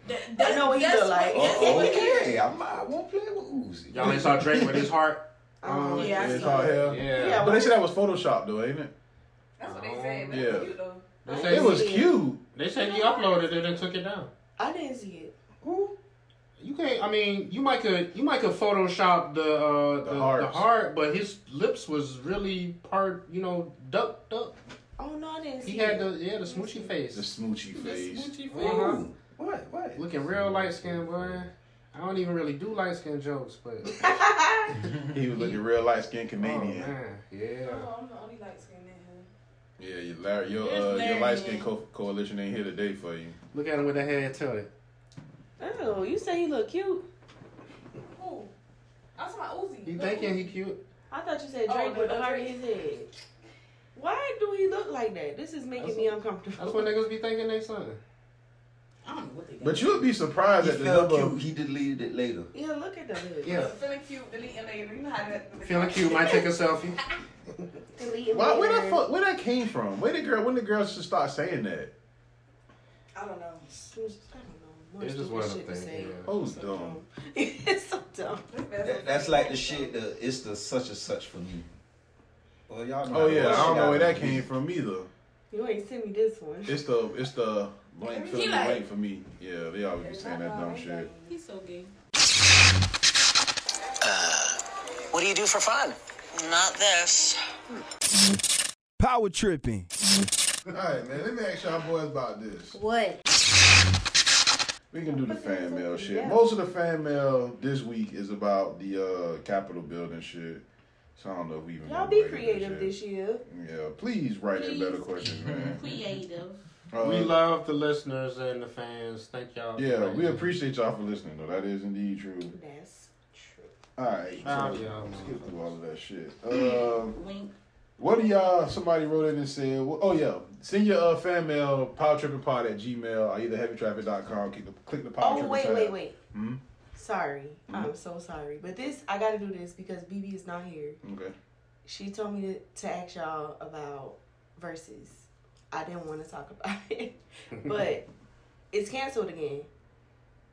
that- I know what he that's look like. what- Oh, okay. I'm, I won't play with Uzi. Y'all ain't saw Drake with his heart. Um, yeah, yeah, it's all hell. Yeah. but they said that was Photoshop though, ain't it? That's what they say. But Yeah. that's cute though. They It was cute. Oh, They said he uploaded it and took it down. I didn't see it. You can't. I mean, you might could you might could Photoshop the uh, the, the, heart. hearts. but his lips was really part. You know, duck duck. Oh no, I didn't see He had it. the yeah the smoochy face. The smoochy The face. smoochy face. Uh-huh. What? What? Looking real light skinned boy. I don't even really do light skinned jokes, but oh, He was looking real light skinned Canadian. man. yeah. Oh, I'm the only light skinned in Yeah, your Larry, your There's uh, your Larry, light skin man. co- coalition ain't here today for you. Look at him with that head tilted. Oh, you say he look cute. here. Who? I'm talking about Uzi. You Lil thinking he Uzi. cute? I thought you said Oh, Drake no, with the no, heart in Drake. his head. Why do he look like that? This is making me uncomfortable. That's what niggas be thinking they son. I don't know what they But you would be surprised He at the felt number. cute. Of, He deleted it later. Yeah, look at the hood. Yeah. Feeling cute, deleting later. You know how that. Feeling cute, might take a selfie. why, where that fuck, where that came from? Where the girl? When the girls should start saying that? I don't know. It's just one of the things. Oh, it's dumb. it's so dumb. That, that's like the shit. The, it's the such and such for me. Well, y'all know. Oh yeah, I don't know where that Shit came from either. You ain't sent me this one. It's the it's the blank He fill in the like- blank for me. Yeah, they always be saying that dumb shit. He's so gay. Uh, What do you do for fun? Not this. Power tripping. All right, man. Let me ask y'all boys about this. What? We can do the fan mail shit. Most of the fan mail this week is about the uh Capitol building shit. So I don't know if we even. Y'all gonna be break into creative shit. this year. Yeah, please write in better Please. questions, man. Creative. we Uh, love the listeners and the fans. Thank y'all. Yeah, we appreciate y'all for listening, though. That is indeed true. That's true. All right, Proud so of y'all, skip through all of that shit. Um, Wink. What do y'all? Somebody wrote in and said, well, "Oh yeah, send your uh, fan mail powertrippingpod at gmail or either heavytraffic.com. Click the click the power Oh tripping wait, tab. wait, wait. Hmm? Sorry, I'm Mhm. so sorry. But this, I gotta do this because BB is not here. Okay. She told me to, to ask y'all about verses. I didn't want to talk about it, but it's canceled again.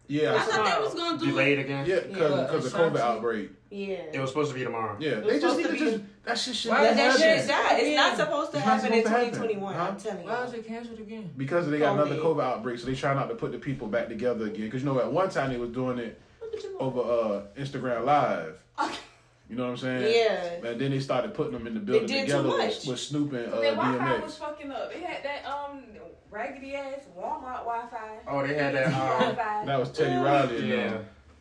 Yeah, I thought they was gonna do delayed it. again. Yeah, because Yeah. because the COVID outbreak. Yeah. It was supposed to be tomorrow. Yeah, It was they just need supposed to to just that shit should That, never that shit is happen. not. It's not supposed to It's not happen in supposed to happen. 2021. I'm telling you. Why is it canceled again? because they got another COVID. COVID outbreak, so they try not to put the people back together again. Because you know, at one time they was doing it over uh, Instagram Live. You know what I'm saying? Yeah. And then they started putting them in the building did too together with, much. with Snoop and uh, But their Wi Fi was DMX. fucking up. They had that um raggedy ass Walmart Wi Fi. Oh, they had that. Wi-Fi. Um, that was Teddy Riley. and, Yeah. uh,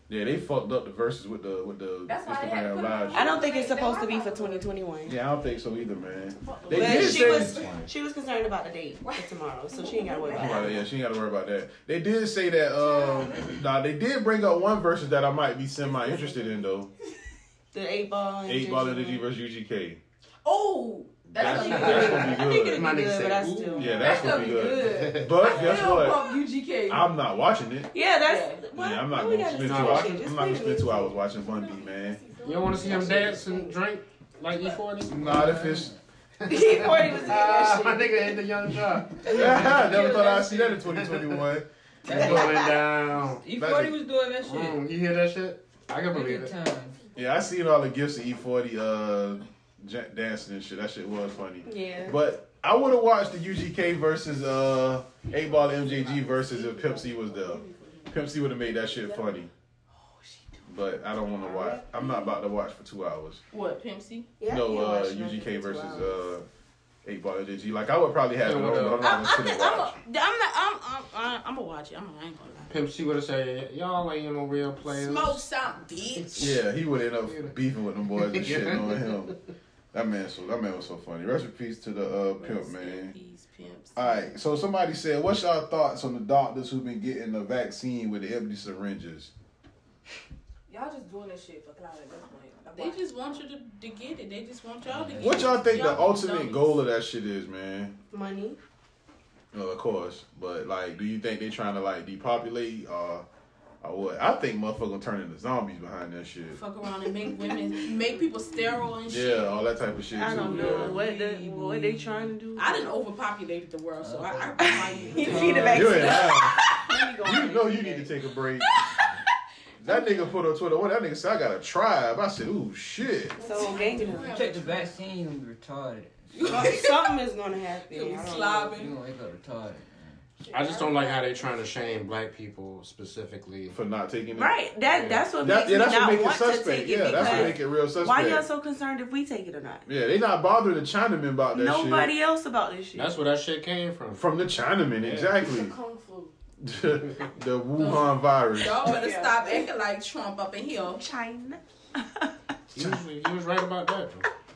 yeah, they fucked up the verses with the with the That's why they had Instagram Live. I don't shit. think it's supposed to be for 2021. Yeah, I don't think so either, man. They But did she say- was she was concerned about the date for tomorrow, so she ain't gotta worry Don't about worry about it. that. Yeah, she ain't got to worry about that. They did say that. Um, nah, they did bring up one versus that I might be semi interested in though. The eight ball. and Eight ball Jersey. energy versus UGK. Oh, that's, That's- gonna be that's good. gonna be I think good. it'll My be nigga good, said, but I ooh. still. Yeah, that's gonna be good. But I guess still what? fuck UGK. I'm not watching it. Yeah, that's. Oh, Yeah, I'm not we gonna gotta spend two stop hours. shit. Just I'm not gonna leave spend two hours watching Bun B, man. You don't want to see him dance and drink like E40? Nah, that fish. E40 was in that Uh, My nigga ain't the young jock. Yeah, I never thought I'd see that in 2021. That's going down. E40 was doing that shit. Mm, you hear that shit? I can believe it. Yeah, I seen all the gifts of E40 uh, ja- dancing and shit. That shit was funny. Yeah. But I would have watched the UGK versus uh, 8 Ball MJG versus if Pimp C was there. Pimp C would have made that shit funny. Oh, But I don't want to watch. I'm not about to watch for two hours. What, Pimp C? no, uh, UGK versus uh, 8 Ball MJG. Like, I would probably have it on, but I'm I'm, I'm, not going I'm, to sit and I'm, watch. a- I'm not. I'm. I'm. I'm, I'm gonna watch it. I'm. I ain't gonna lie. Pimp C would have said, y'all ain't no real players. Smoke some, bitch. Yeah, he would end up beefing with them boys and shit on him. That man, so that man was so funny. Rest in peace to the uh, pimp man. All right, so somebody said, "What's y'all thoughts on the doctors who've been getting the vaccine with the empty syringes?" Y'all just doing this shit for clout at this point. Like, They just want you to, to get it. They just want y'all to get it. What y'all think the ultimate dummies. goal of that shit is, man? Money. Uh, of course, but like, do you think they trying to like depopulate or, or what? I think motherfucker gonna turn into zombies behind that shit. Fuck around and make women, make people sterile and shit. Yeah, all that type of shit. I too, don't yeah. know. What the, what they trying to do? I didn't overpopulate the world, so I, I like He feed it You ain't lying. you know you need to take a break. That nigga put on Twitter, what that nigga said, I got a tribe. I said, ooh, shit. So gangster. Check the vaccine, you gonna be retarded. Something is gonna happen. You I don't know. gonna wake up retarded. I just don't like how they trying to shame black people specifically for not taking it. Right. That that's what That- makes yeah, me that's what not make it want suspect. to take it. Yeah, that's what because make it real Why suspect. y'all so concerned if we take it or not? Yeah, they not bothering the Chinamen about that shit. Nobody else about this shit. That's where that shit came from. From the Chinamen, exactly. Kung flu. the Wuhan virus. Y'all better Oh, Yeah. stop acting like Trump up in here. China. You was, you was right about that.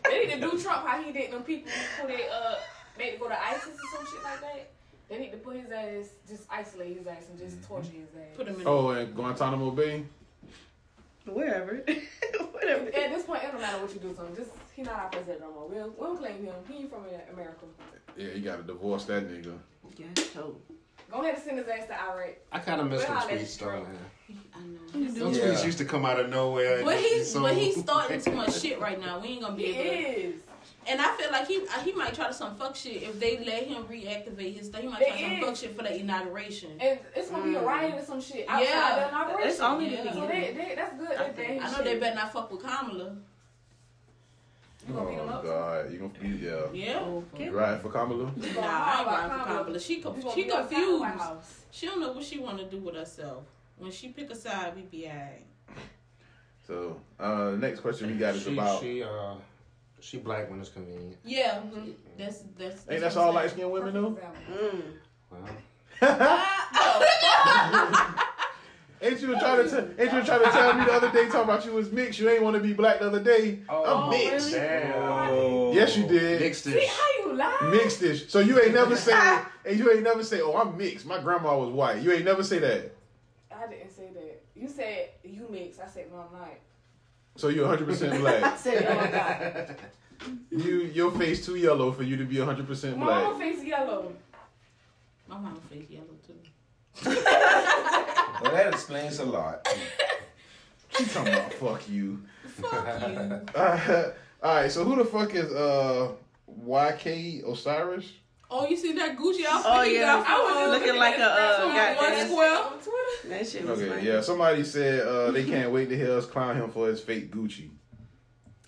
They need to do Trump how he did them people who they uh made to go to ISIS or some shit like that. They need to put his ass, just isolate his ass and just torture his ass. Put him Oh, and Guantanamo Bay? Wherever. At this point, it don't matter what you do to him. Just he not our president no more. We don't, we don't claim him. He ain't from America. Yeah, you gotta divorce that nigga. Yes, so. Go ahead and send his ass to Iraq. I kind of miss Well, when I let tweets started. You do. Those tweets used to come out of nowhere. But he's So- but he's starting too much shit right now. We ain't gonna be He able. To, And I feel like he uh, he might try to some fuck shit if they let him reactivate his stuff. He might try They some is. fuck shit for the inauguration. And it's gonna be a Mm. riot or some shit. Yeah. Outside yeah, inauguration. It's only the yeah. So beginning. they, they, that's good. I, that they, know they better not fuck with Kamala. Oh, God. You gonna be, yeah. Yeah. You riding for Kamala? Nah, I ain't riding for Kamala. Kamala. She You conf- gonna she be outside the White confused. House. She don't know what she want to do with herself. When she pick a side, we be alright. So, uh, next question we got is she, about. She, uh, she black when it's convenient. Yeah, mm-hmm. that's that's. Ain't that's that's all light skinned women though? Ain't you trying to tell? Ain't you trying to tell me the other day talking about you was mixed? You ain't want to be black the other day. Oh, I'm mixed. Yes, you did. Oh, See how you lie? Mixed ish. So you ain't never say, and you ain't never say, oh, I'm mixed. My grandma was white. You ain't never say that. I didn't say that. You said you mix. I said no, I'm not. So you're 100 percent black. said no, I'm not. You your face too yellow for you to be 100 percent My black. mama face yellow. My mama face yellow too. Well, that explains a lot. She talking about fuck you. Fuck you. all right. So who the fuck is uh YK Osiris? Oh, you see that Gucci outfit? Oh, he yeah. got for, I was uh, looking like a, uh, from goddamn- one square. That shit was Okay, funny. yeah. Somebody said uh, they can't wait to hear us clown him for his fake Gucci.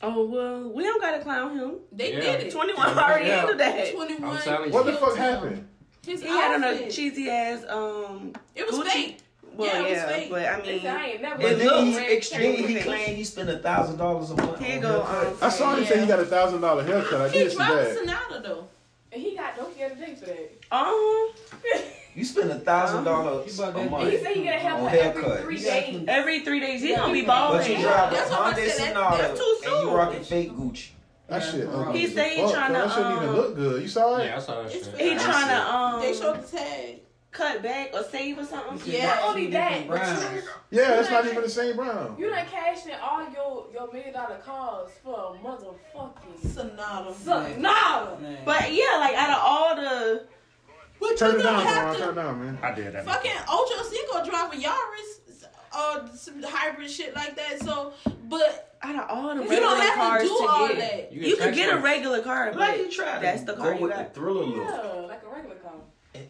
Oh well, we don't gotta clown him. They Yeah. did it. Twenty one already Yeah. handled that. 21 I'm telling you. What the fuck killed him. happened? His he had on a outfit. cheesy ass um. It was Gucci. fake. Well, Yeah, yeah, it was fake. but I mean, Listen, I ain't never. But it then looks he, then extremely he claimed he spent a thousand dollars a month. Here on go, um, haircut. I saw him say he got a thousand dollar haircut. I He did see dropped that. Sonata though. And he got dope the other day for that. Oh, You spend a thousand Uh-huh. dollars a Oh, month. He said he got a on haircut every haircut. three days. every three days he gonna be But balling. you drive a That's what I'm Honda saying. That- Sonata that's too and soon. you rocking fake Gucci. That shit. He ugly as say he fuck, tryna, cuz That shouldn't even um, look good. You uh, saw it? Yeah, I saw that shit. He trying to um. They showed the tag. cut back or save or something? Yeah, Not only that, but you- Yeah, it's not even the same brown. You done cashed in all your, your million dollar calls for a motherfucking Sonata. Sonata! Man. But yeah, like out of all the. Turn it down, don't have Ron. to- Turn it down, man. I did Fucking Ocho Cinco drive a Yaris, uh, some hybrid shit like that. So, but out of all the you don't regular have cars to do to all get. that. You You can can get a try- regular car, but Like you try that's to the go car you with got. the thriller look. Yeah, like a regular car.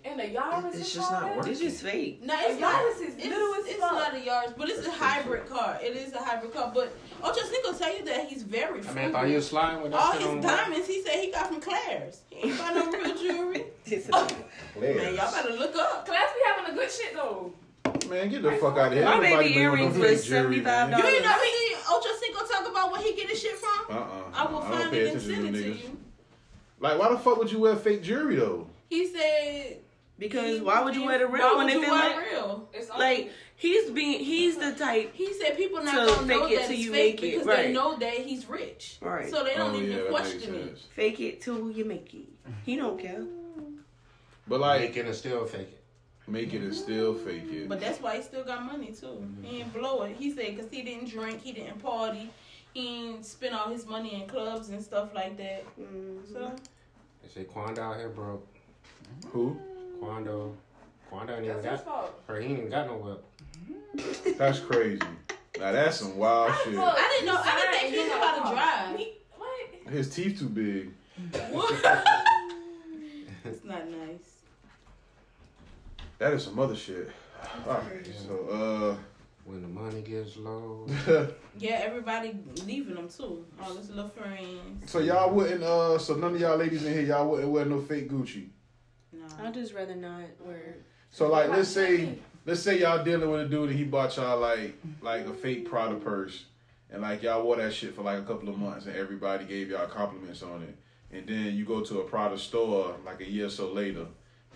And a Yaris it's is just all not that? working. It's just fake. No, it's A not. Yaris is it's, little as it's fuck. not a yards, but it's a hybrid car. It is a hybrid car. But Ocho Cinco tell you that he's very I frugal. mean, I thought he was sliding with that Oh, All shit on. his diamonds, he said he got from Claire's. He ain't buy no real jewelry. Man, y'all better look up. Class be having a good shit though. Man, get the fuck out of here. My Ain't baby nobody been with no earrings fake was jewelry, man. You ain't never seen Ocho Cinco talk about where he get his shit from? Uh-uh. I will don't find pay it and attention send to it to them niggas. you. Like, why the fuck would you wear fake jewelry though? He said Because why would you wear the Why real one would if you it wear like real? It's like he's being he's the type He said people not to gonna know fake it that till it's you fake make it, because they right. know that he's rich. Right. So they don't Oh, yeah, even that question makes it. sense. fake it till you make it. He don't care. But like, make it and still fake it. Make it and still fake it. But that's why he still got money too. He didn't blow it. He said because he didn't drink, he didn't party, he didn't spend all his money in clubs and stuff like that. Mm-hmm. So They say Quando out here broke. Who? Quando. Quando ain't even That's his got. fault. Her, he ain't got no whip. That's crazy. Now that's some wild shit. I didn't know. I didn't think he was about to drive. His teeth too big. It's not nice. That is some other shit. Alright, so uh when the money gets low. Yeah, everybody leaving him too. All his little friends. so y'all wouldn't uh so none of y'all ladies in here, y'all wouldn't wear no fake Gucci. I'd just rather not wear. So like let's say let's say y'all dealing with a dude and he bought y'all like like a fake Prada purse and like y'all wore that shit for like a couple of months and everybody gave y'all compliments on it. And then you go to a Prada store like a year or so later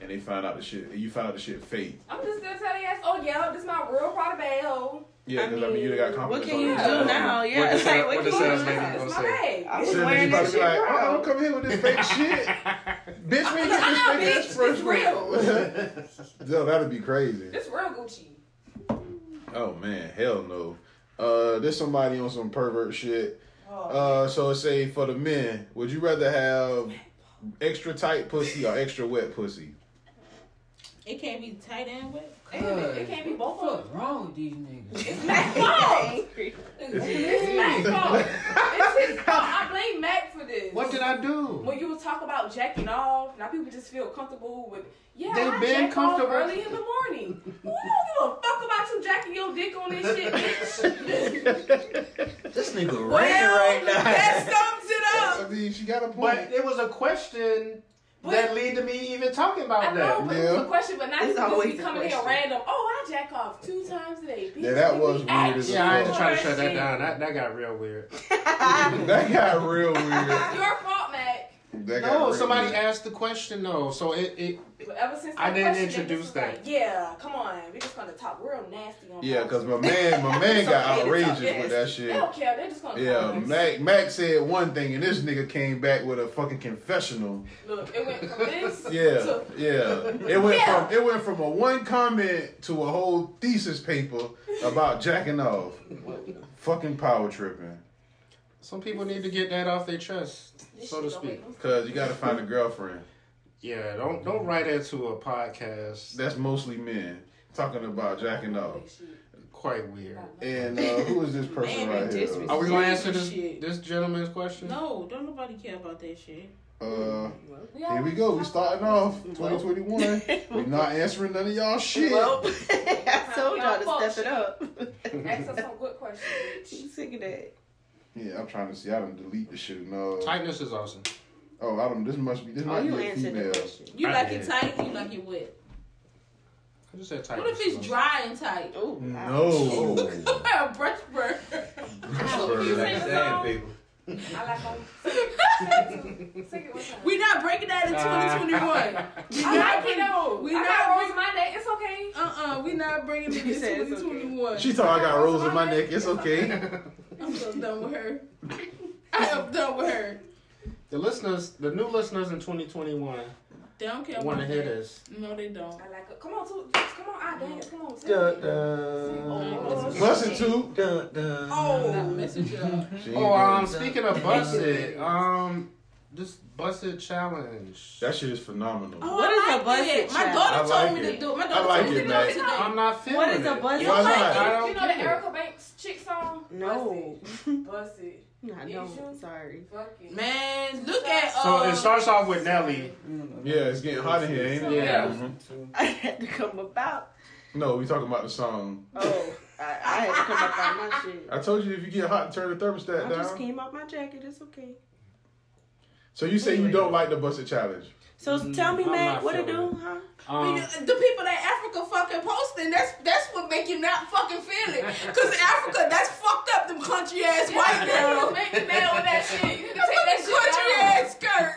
and they find out the shit you find out the shit fake. I'm just gonna tell you ass, oh yeah, this is my real Prada bag, Oh, ho. Yeah, because I, mean, you done got What compliments can on you it. do now? Yeah, What the it's like sales- what what can you the do? sales lady gonna It's my say? bag. I was Send wearing this that bitch be shit. like, wrong. uh-uh, don't come here with this fake shit. bitch, we ain't Nah, bitch, get this fake ass it's first one. Yo, that'd be crazy. This real Gucci. Oh man, hell no. Uh, there's somebody on some pervert shit. Oh. Uh, so it say for the men, would you rather have extra tight pussy or extra wet pussy? It can't be tight and wet. It can't be- it can't be both of them. What's wrong with these niggas? It's Mac's fault. It's Mac's fault. It's his fault. I blame Mac for this. What did I do? When you would talk about jacking off, now people just feel comfortable with yeah, They I been jack comfortable. off early in the morning. Who don't give a fuck about you jacking your dick on this shit, bitch? This nigga ranting Well, right now. that sums it up. I mean, she got a point. But it was a question that lead to me even talking about I that. know, but it was a question, but now It's you just always be a coming here question. random. Oh, I jack off two times a day. Bitch. Yeah, that was weird as Yeah, I had to fuck. try to shut that down. That, that got real weird. that got real weird. Your fault, Mac. That got no, real somebody weird. asked the question though, so it, it But ever since I that didn't question, they introduce just was that. Like, yeah, come on, we just gonna talk real nasty on. Yeah, cause my man, my man It's got okay to talk outrageous with that nasty. They shit. don't care. They're just gonna. Yeah, talk nasty. Mac Mac said one thing, and this nigga came back with a fucking confessional. Look, it went from this. Yeah, to- yeah. It went Yeah. from it went from a one comment to a whole thesis paper about jacking off. fucking power tripping, some people need to get that off their chest, so to speak. cause you gotta find a girlfriend. Yeah, don't don't write that to a podcast. That's mostly men talking about jacking off. Quite weird. And uh, who is this person Man, right here? disrespect. Are we gonna answer this- this gentleman's question? No, don't nobody care about that shit. Uh, here we go. We starting off 2021. We're not answering none of y'all shit. I told y'all to step it up. Ask us some good questions, bitch. Sick of that. Yeah, I'm trying to see. I don't delete the shit. No. Tightness is awesome. Oh, I don't. This must be. This might you be a answered the female. You like it tight, you like it wet. I just said What if it's dry and tight? Ooh. No. Wear a brush burn. I like them. Sing it one time. We're not breaking that in 2021. I like it though. We I not got rose in my neck. It's okay. Uh uh, we not bringing it in 2021. She told I got rolls in my neck. It's okay. I'm so done with her. I am done with her. The listeners, the new listeners in 2021, They don't care Wanna about hear that. this. No, they don't. I like it. Come on, two, come on, I dance. Come on, Mm-hmm. Dun, Oh, dun. Busted too. Dun, dun. Oh, um, speaking of busted, um, this busted challenge. That shit is phenomenal. Oh, what is a busted My child? daughter I told like me it. to do it. My I daughter like told me it, to do it man. today. I'm not feeling it. You Why don't like not? it? I don't You know the get it. Erica Banks chick song? No. Bust it. I don't. Sorry. Fuck it. Man, look at So uh, Oh, it starts off with Nelly. Yeah, it's getting hot in here, ain't it? Yeah. Mhm. I had to come about. No, we talking about the song. Oh, I, I had to come about my shit. I told you if you get hot, turn the thermostat I just down. came off my jacket. It's okay. So you say you don't like the busted challenge? So tell me, Mm, I'm Matt, not what it feeling do, huh? um, Well, you- the people that Africa fucking posting, that's that's what make you not fucking feel it. Cause Africa, that's fucked up. Them country ass white girls. Make me mad with that shit. You need to Them take that fucking shit country down. ass skirt.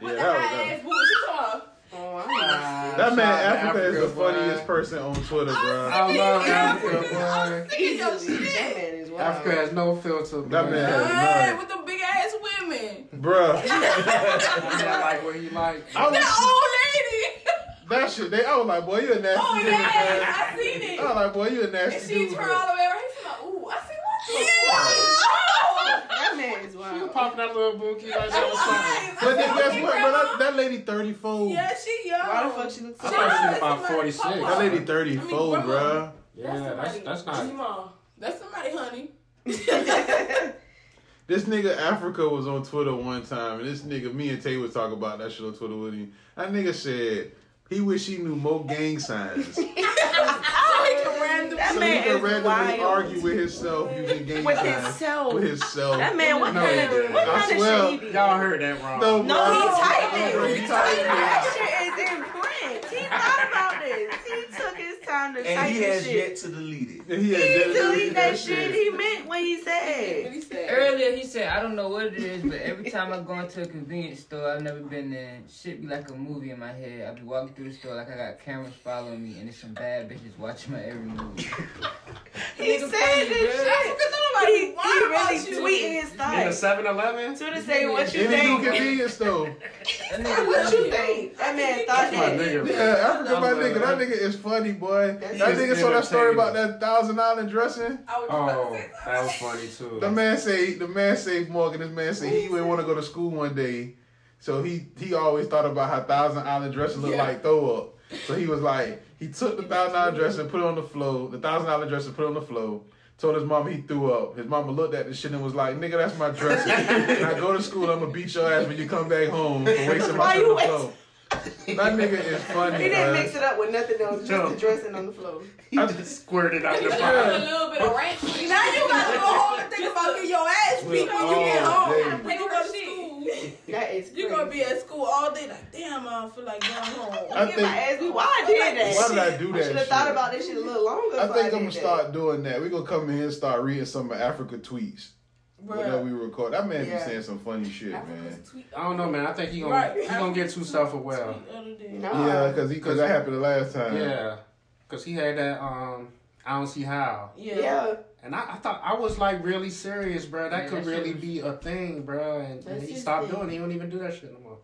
Yeah, that was High that. ass boots. You talking? Oh, That man Africa, is the funniest person on Twitter, bro. I love Africa, boy. Look at your shit. Africa has no filter, bro. That man Hey, has with them big ass women. none. Bruh. I like what he like. I was- That old lady. That shit, they, I was like, boy, you a nasty Oh, dude. yeah, man. I seen it. I Oh, was like, boy, you a nasty And she dude. turned all the way around. He said, ooh, I see what? That man is wild. You popping that little bookie like that was Oh, something. But then guess what, bro? That, that lady 34. Yeah, she young. Why the fuck she looks I thought she was about 46. That lady 34, grandma. bro. Yeah, that's, that's not. Grandma. That's somebody, honey. This nigga Africa was on Twitter one time, and this nigga, me and Tay was talking about that shit on Twitter with him. That nigga said he wish he knew more gang signs. so That he man could is randomly wild. argue with himself using gang With signs. himself. With himself. That man, what No, kind he of didn't. what I kind of swear. shit he be? Y'all heard that wrong. No, No, bro. he typed Bro, it. he typed it. That shit is in print. He thought about this. He took his time to And type he this has shit. yet to delete it. And He, had He definitely deleted did that shit. He meant what he What said. he said. Earlier he said, I don't know what it is, but every time I go into a convenience store, I've never been there. Shit be like a movie in my head. I be walking through the store like I got cameras following me, and there's some bad bitches watching my every move. He said this shit. He, he really tweeting his In the thoughts. 7 Eleven? To the say what you In the new think. convenience store. What you think? That man thought My that. nigga. Yeah, Africa, my nigga. That nigga is funny, boy. That nigga saw that story about that thousand dollar dressing. Oh, that was funny too. The man say the man say Morgan. This man say he would want to go to school one day, so he he always thought about how Thousand Island dressing looked like throw up. So he was like, he took the Thousand Island dressing, put it on the floor. The Thousand Island dressing, put it on the floor. Told his mama he threw up. His mama looked at the shit and was like, "Nigga, that's my dressing. when I go to school, I'm gonna beat your ass when you come back home for wasting my Why shit on you the floor." That nigga is funny. He didn't bruh. mix it up with nothing else, No. just the dressing on the floor. He just squirted out the A fire. little bit of rank. Now Now you gotta go home and think about getting your ass beat when you get Oh, home. damn. When you go to school, That is you gonna be at school all day like, damn, I don't feel like going home. I I think- my ass beat. Why I did that? Why did I do that should have shit? thought about this shit a little longer. I before think I'm did gonna that. start doing that. We're gonna come in here and start reading some of Africa tweets. Whatever we record. That man Yeah. be saying some funny shit, man. I don't know, man. I think he gonna Right. he gonna get too self aware. No. Yeah, because because that happened the last time. Yeah, because he had that. Um, I don't see how. Yeah. Yeah. And I, I thought I was like really serious, bro. That Yeah, could that shit really was- be a thing, bro. And, and That's he his stopped thing. doing. it. He don't even do that shit no more.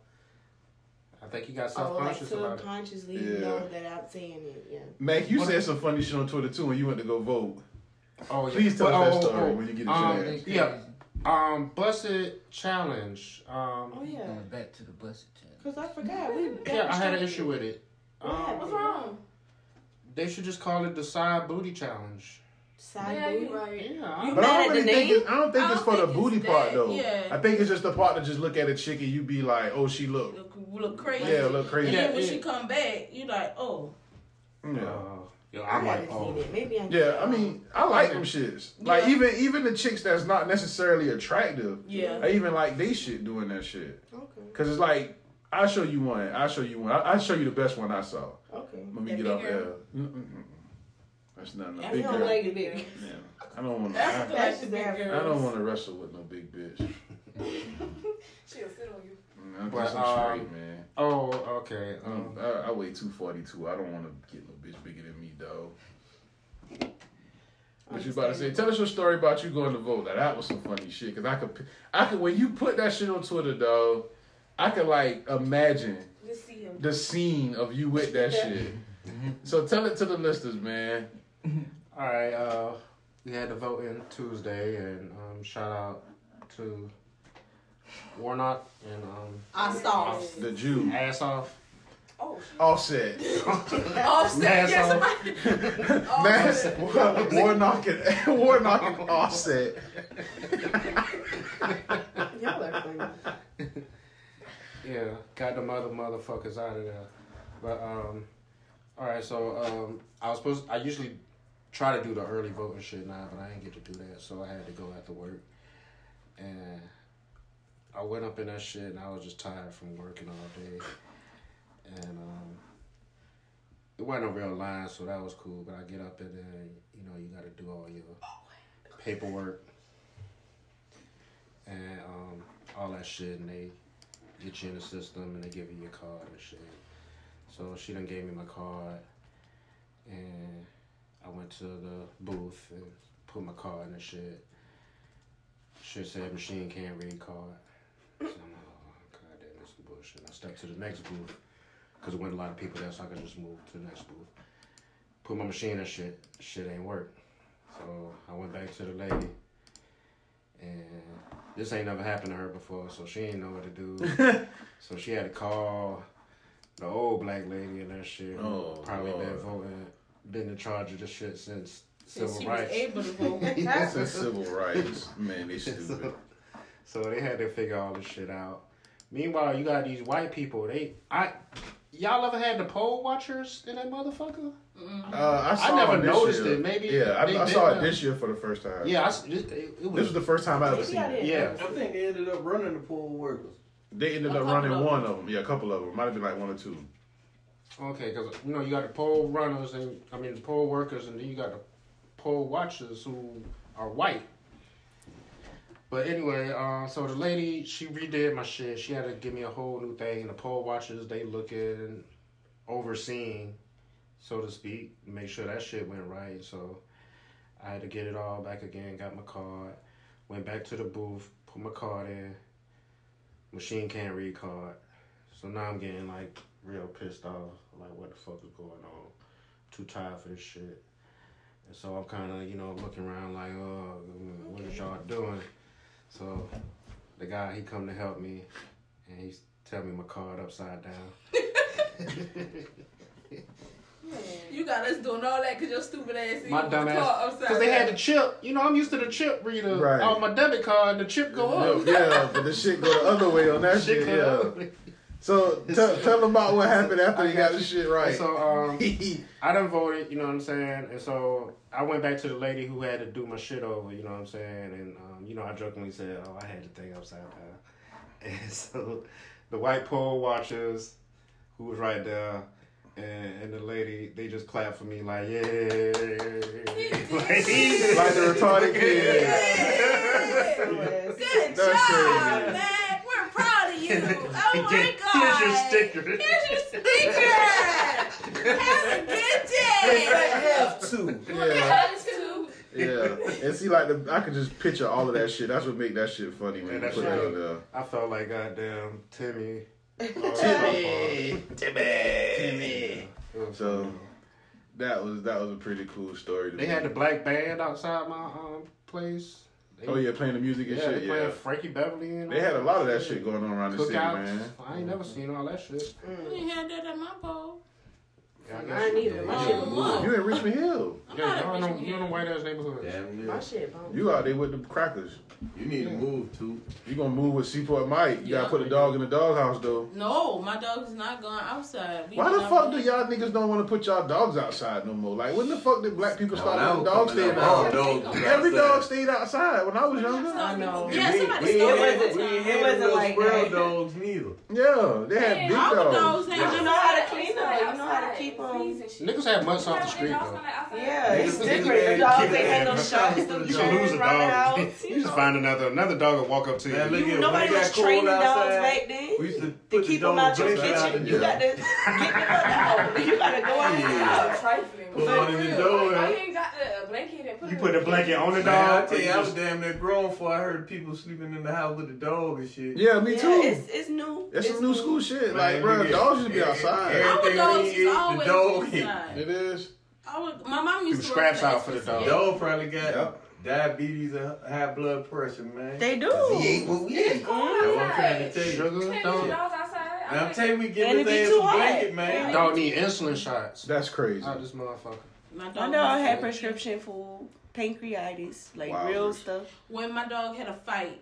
I think he got Oh, self like conscious about it. subconsciously, you Yeah. know that I'm saying it. Yeah. Mac, you What- said some funny shit on Twitter too when you went to go vote. Oh, yeah. Please tell But- us oh, that oh, story oh. when you get a Um, chance. yeah. Um, busted challenge. Um, Oh yeah. Going back to the bus attack. Cause I forgot. We yeah, I had an issue with it. What happened? Um, What's wrong? they should just call it the side booty challenge. Side Yeah, you booty. right. Yeah, I But I don't mad at really the think name? it's, I don't think I it's don't for the think it's booty that, part though. yeah. I think it's just the part to just look at a chick and you be like, oh, she look, Look, look crazy. yeah, look And crazy. then when Yeah. she come back, you like, oh, Yeah. Oh, yo, I I'm like, haven't oh, seen it. Maybe I. Yeah, I mean, I like them shits. Like even even the chicks that's not necessarily attractive. Yeah. I even like they shit doing that shit. Okay. Cause it's like I show you one, I show you one, I will show you the best one I saw. Okay. Let me That get big off girl? there. Mm, Mm-mm-mm. That's not no I big You girl. don't like the big. yeah, I don't want to. that's I, like That's the just big bad. I don't girl. want to wrestle with no big bitch. Mm, She'll sit on you. I think But, I'm straight, um, man. oh, okay. Um, Um, I, I weigh two forty two. I don't want to get no bitch bigger than me, dog. What you about to say? Tell us your story about you going to vote. Now, that was some funny shit. Cause I could, I could when you put that shit on Twitter, dog. I could like imagine just see him. the scene of you with that shit. So tell it to the listeners, man. All right, uh, we had the vote in Tuesday, and um, shout out to Warnock and um, Ossoff. the Jew, ass off. Offset. Offset, yes, Mass, war knocking, war knocking offset. Y'all are Yeah, got the mother motherfuckers out of there. But um, all right. So um, I was supposed. I usually try to do the early voting shit now, but I didn't get to do that, so I had to go after work. And I went up in that shit, and I was just tired from working all day. And um, it wasn't a real line, so that was cool. But I get up in there, and you know, you got to do all your paperwork and um, all that shit, and they get you in the system and they give you your card and shit. So she done gave me my card, and I went to the booth and put my card in and shit. Shit said machine can't read card. So I'm like, oh god damn, this is bullshit. I stepped to the next booth because it went a lot of people there, so I could just move to the next booth. Put my machine and shit. Shit ain't work. So I went back to the lady. And this ain't never happened to her before, so she ain't know what to do. so she had to call the old black lady and that shit. who Oh, probably been Lord. voting, been in charge of this shit since Since civil she was rights. able to vote. Yes, it's civil rights. Man, they So, stupid. so they had to figure all this shit out. Meanwhile, you got these white people. They, I, y'all ever had the poll watchers in that motherfucker? Uh, I, saw never it this noticed year. it. Maybe Yeah, I, they I did saw that. it this year for the first time. Yeah, I s- it, it was, this was the first time I ever seen it. I think they ended up running the pool workers. They ended up running one of them. Yeah, a couple of them. Might have been like one or two. Okay, because you know you got the poll runners and I mean the poll workers, and then you got the poll watchers who are white. But anyway, uh, so the lady she redid my shit. She had to give me a whole new thing. And the poll watchers they looking, overseeing, so to speak, make sure that shit went right. So I had to get it all back again. Got my card, went back to the booth, put my card in. Machine can't read card. So now I'm getting like real pissed off. Like, what the fuck is going on? Too tired for this shit. And so I'm kind of, you know, looking around like, oh, what is y'all doing? So the guy, he come to help me and he's tell me my card upside down. You got us doing all that because your stupid ass. My dumb ass. Because they had the chip. You know, I'm used to the chip reader Right. on my debit card. The chip go No, up. yeah, but the shit go the other way on that Shit shit. go Yeah. the other So tell tell them about what happened after I they got got the you. shit right. And so um, I done voted, you know what I'm saying? And so I went back to the lady who had to do my shit over, you know what I'm saying? And, um, you know, I jokingly said, oh, I had the thing upside down. And so the white poll watchers who was right there and, and the lady, they just clapped for me like, yeah. like, Like the retarded kid. Good job, man. We're proud of you. Oh my Here's god. your sticker. Here's your sticker. Have a good day. Two. Yeah. That is too. Yeah. And see like the I could just picture all of that shit. That's what make that shit funny when you that's put it right. on there. I felt like goddamn Timmy. Timmy, Timmy, Timmy. So that was that was a pretty cool story. to They me. had the black band outside my um place. They- oh yeah, playing the music and yeah, shit. they Yeah, playing Frankie Beverly. And they all had a lot of that shit going on around the city, Cookouts. man. I ain't never seen all that shit. You ain't had that at my poll. Yeah, I ain't either. My shit was Yeah, You in Richmond Hill? yeah, y'all in them- you in them white ass neighborhoods. My shit bone. You out there with the crackers? You need to move too. You gonna move with Seaport Mike? You gotta put a dog in the doghouse though. No, my dog is not going outside. We Why the not- fuck do y'all niggas don't want to put y'all dogs outside no more? Like when the fuck did black people start when I letting was dogs coming stay up, out? all dogs was Every outside. dog stayed outside when I was younger. I know. And Yeah, we- somebody we stole ain't it. had- We ain't It had wasn't no real like squirrel that. dogs neither. Yeah, they had Man, big all the dogs. dogs But ain't you nothing. know how to clean them. though. You know how to keep um, them. Niggas had months off the street though. Yeah, Niggas it's was different. The mad. dogs Keep ain't had it. no shots. Them You can lose germs a around the dog. house. you just find another another dog will walk up to you. Man, look at Nobody when it was got cold training dogs outside, back then. We used to, put To the keep them out dogs your outside kitchen, and you got to get them out the house. You got to go outside. Trifling. Put one in the door. I huh? ain't got the blanket in put You it put in a blanket on the Man, dog. I tell you, I was Just- damn near grown before I heard people sleeping in the house with the dog and shit. Yeah, me Yeah, too. it's- it's new. That's some new school shit. Man, like, bro, nigga, dogs used to be yeah, outside. yeah. Our dogs Everything we is eat, the always dog eat. inside. It is. I would, my mom used to Scratch roast the out for the extra dog. shit. Dog probably got diabetes and high blood pressure, man. They do. He ate what we ate. cold That's what I'm trying to tell you. Can't leave dogs outside. And I'm telling you, we give And his it be ass too a blanket, hot. man. Dog need insulin shots. That's crazy. Out this motherfucker. My My dog, dog used had to- prescription for pancreatitis, like Wow. real stuff. when my dog had a fight,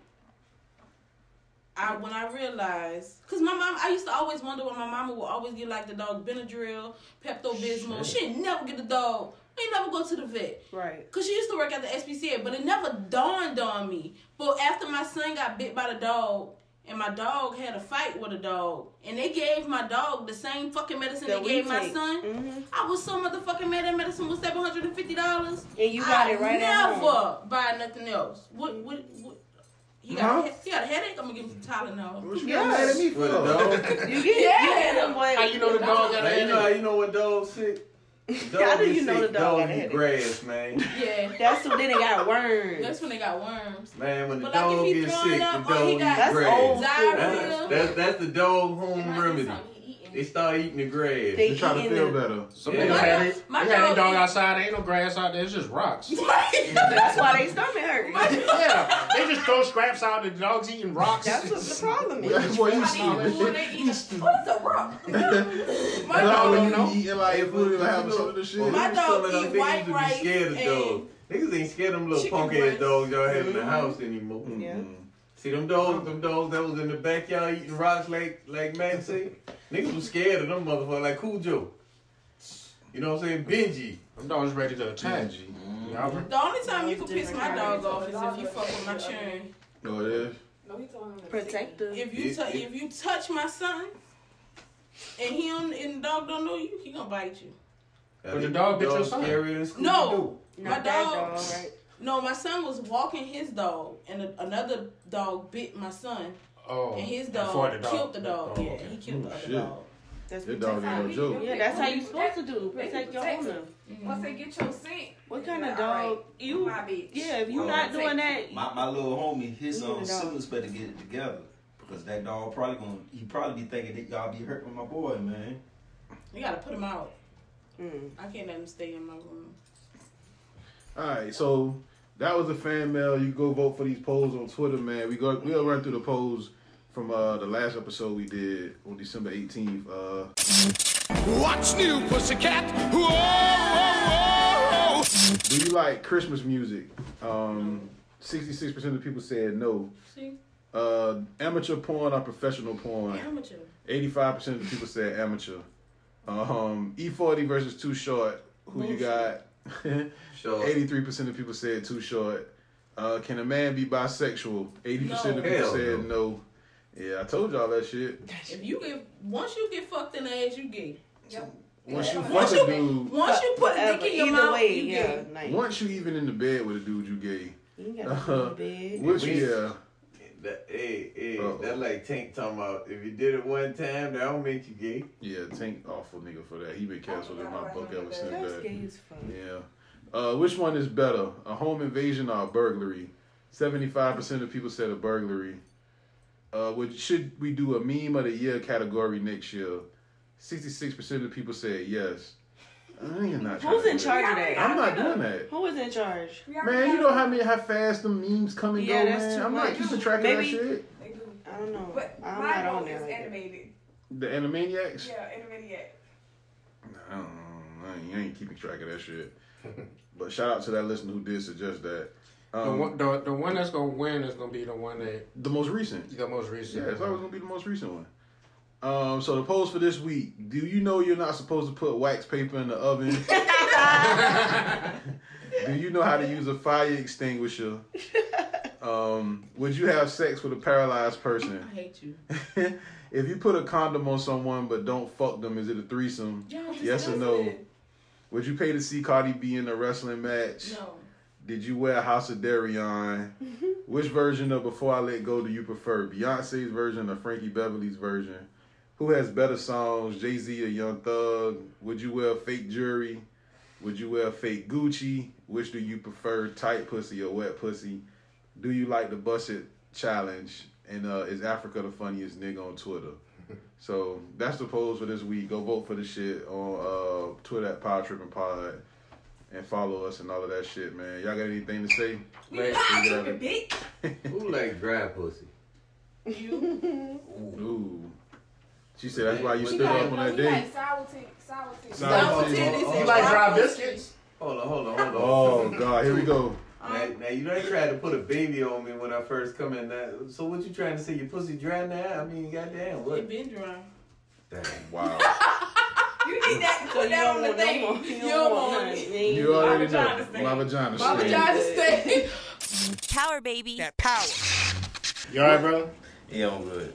I when I realized, cause my mom, I used to always wonder why my mama would always get like the dog Benadryl, Pepto Bismol. She ain't never get the dog. They never go to the vet. Right. Cause she used to work at the SPCA, but it never dawned on me. But after my son got bit by the dog, and my dog had a fight with a dog, and they gave my dog the same fucking medicine That they we gave my take. son, Mm-hmm. I was so motherfucking mad that medicine was seven hundred and fifty dollars. And you got I it right at Never home. buy nothing else. What? What? what he got, a Huh? he- he got a headache. I'm gonna give him some Tylenol. What you got mad at me for? With a Oh. dog. You get, you get them what? Man, you know how you know what dog sick? Dog How do get you know sick, the dog got a eat headache? grass, man. Yeah. That's when then they got worms. That's when they got worms. Man, when the But like, dog if he gets throwing sick, the up or dog he eat got grass. old food. That's, that's, that's the dog home remedy. They start eating the grass. They They try to eating feel the- better. Some Yeah. people had it. My they had dog their dog eat- outside. Ain't no grass out there. It's just rocks. That's why they stomach hurt. yeah, they just throw scraps out. The dogs eating rocks. That's what the problem is. That's what you How see. What's a rock? My dog when you be eating like food and have something to shit. My dog eat niggas white used to be rice scared of dogs. Niggas ain't scared of them little chicken punk ass breasts. dogs y'all have in the house anymore. Yeah. See them dogs, them dogs that was in the backyard eating rocks like like Matt said. Niggas was scared of them motherfuckers like Cool Joe. You know what I'm saying? Benji. Them dogs ready to attack. Y'all- The only time you can piss my dog off is if you fuck with my children. No, Oh, it is. Protector. If you tou- if you touch my son, and he don't, and the dog don't know you, he gonna bite you. But the dog bit your Dog son. scary as Scooby-Doo. No, my Not that dog. dog, right? No, my son was walking his dog, and a, another dog bit my son. Oh, and his before dog, the dog. killed the dog. Oh, yeah, okay. he killed the other Shit. dog. That's Your dog ain't no joke. Yeah, that's how you supposed to do. Protect your Protect owner. it. Once they get your scent, What kind of dog? You, yeah, if you're Well, not doing that, My, my little homie, his Leave um, it out. siblings better get it together because that dog probably gonna he probably be thinking that y'all be hurting my boy, man. You gotta put him out. Mm. I can't let him stay in my room. All right, so that was a fan mail. You go vote for these polls on Twitter, man. We go. We'll run through the polls from uh, the last episode we did on December 18th. Uh, What's new, pussycat? Whoa, whoa, whoa. do you like Christmas music? Um, 66% of the people said no. See, Uh, amateur porn or professional porn? amateur. 85% of the people said amateur. Um, E40 versus Too Short. Who you got? 83% of people said Too Short. Uh, can a man be bisexual? 80% No. of people Hell said no. Yeah, I told y'all that shit. If you get once you get fucked in the ass, you gay. Yep. Once you Once fuck you- a dude, Once you put a Forever. dick in your Either mouth, way, you yeah. gay. Nice. once you even in the bed with a dude, you gay. You ain't got to Uh, be big. which We- yeah, That, hey, hey, that like Tank talking about if you did it one time, that don't make you gay. yeah, Tank awful nigga for that. He Oh been canceled in my book ever since That's that. gay as fuck. Yeah. Uh, which one is better, a home invasion or a burglary? Seventy-five percent of people said a burglary. Uh, would should we do a meme of the year category next year? Sixty-six percent of people said yes. I am not. trying Who's to in do charge of that. that? I'm not doing that. Who is in charge? Man, you know how many how fast the memes come and Yeah, go, that's man. too I'm much. not keeping track of that Maybe- shit. I don't know. But I'm my not on vote there is like that. animated. The Animaniacs. Yeah, animated. I don't know. I ain't, I ain't keeping track of that shit. but shout out to that listener who did suggest that. the, Um, one, the, the one that's gonna win is gonna be the one that the most recent. the most recent. Yeah, it's always gonna be the most recent one. Um, so the post for this week: Do you know you're not supposed to put wax paper in the oven? Do you know how to use a fire extinguisher? Um, would you have sex with a paralyzed person? I hate you. if you put a condom on someone but don't fuck them, is it a threesome? Y'all yes or disgusting. no? Would you pay to see Cardi B in a wrestling match? No. Did you wear House of Darion? Which version of Before I Let Go do you prefer? Beyonce's version or Frankie Beverly's version? Who has better songs, Jay Z or Young Thug? Would you wear fake jewelry? Would you wear fake Gucci? Which do you prefer, tight pussy or wet pussy? Do you like the bust it challenge? And uh, is Africa the funniest nigga on Twitter? So that's the polls for this week. Go vote for the shit on uh, Twitter at Power Tripping Pod and follow us and all of that shit, man. Y'all got anything to say? We power tripping, bitch. Who like dry pussy? You. Ooh. She said that's why you stood up on that We got date. sour tea, sour tea. Sour tea. You like dry biscuits? Hold on, hold on, hold on. Oh God, here we go. Now, now you know you tried to put a baby on me when I first come in. That, so what you trying to say? Your pussy dry now? I mean, goddamn, You what? been dry. Wow. You need that. Put that on the thing. You don't want it. You already know. My vagina stink. stay. Power, baby. That power. You alright, bro? Yeah, I'm good.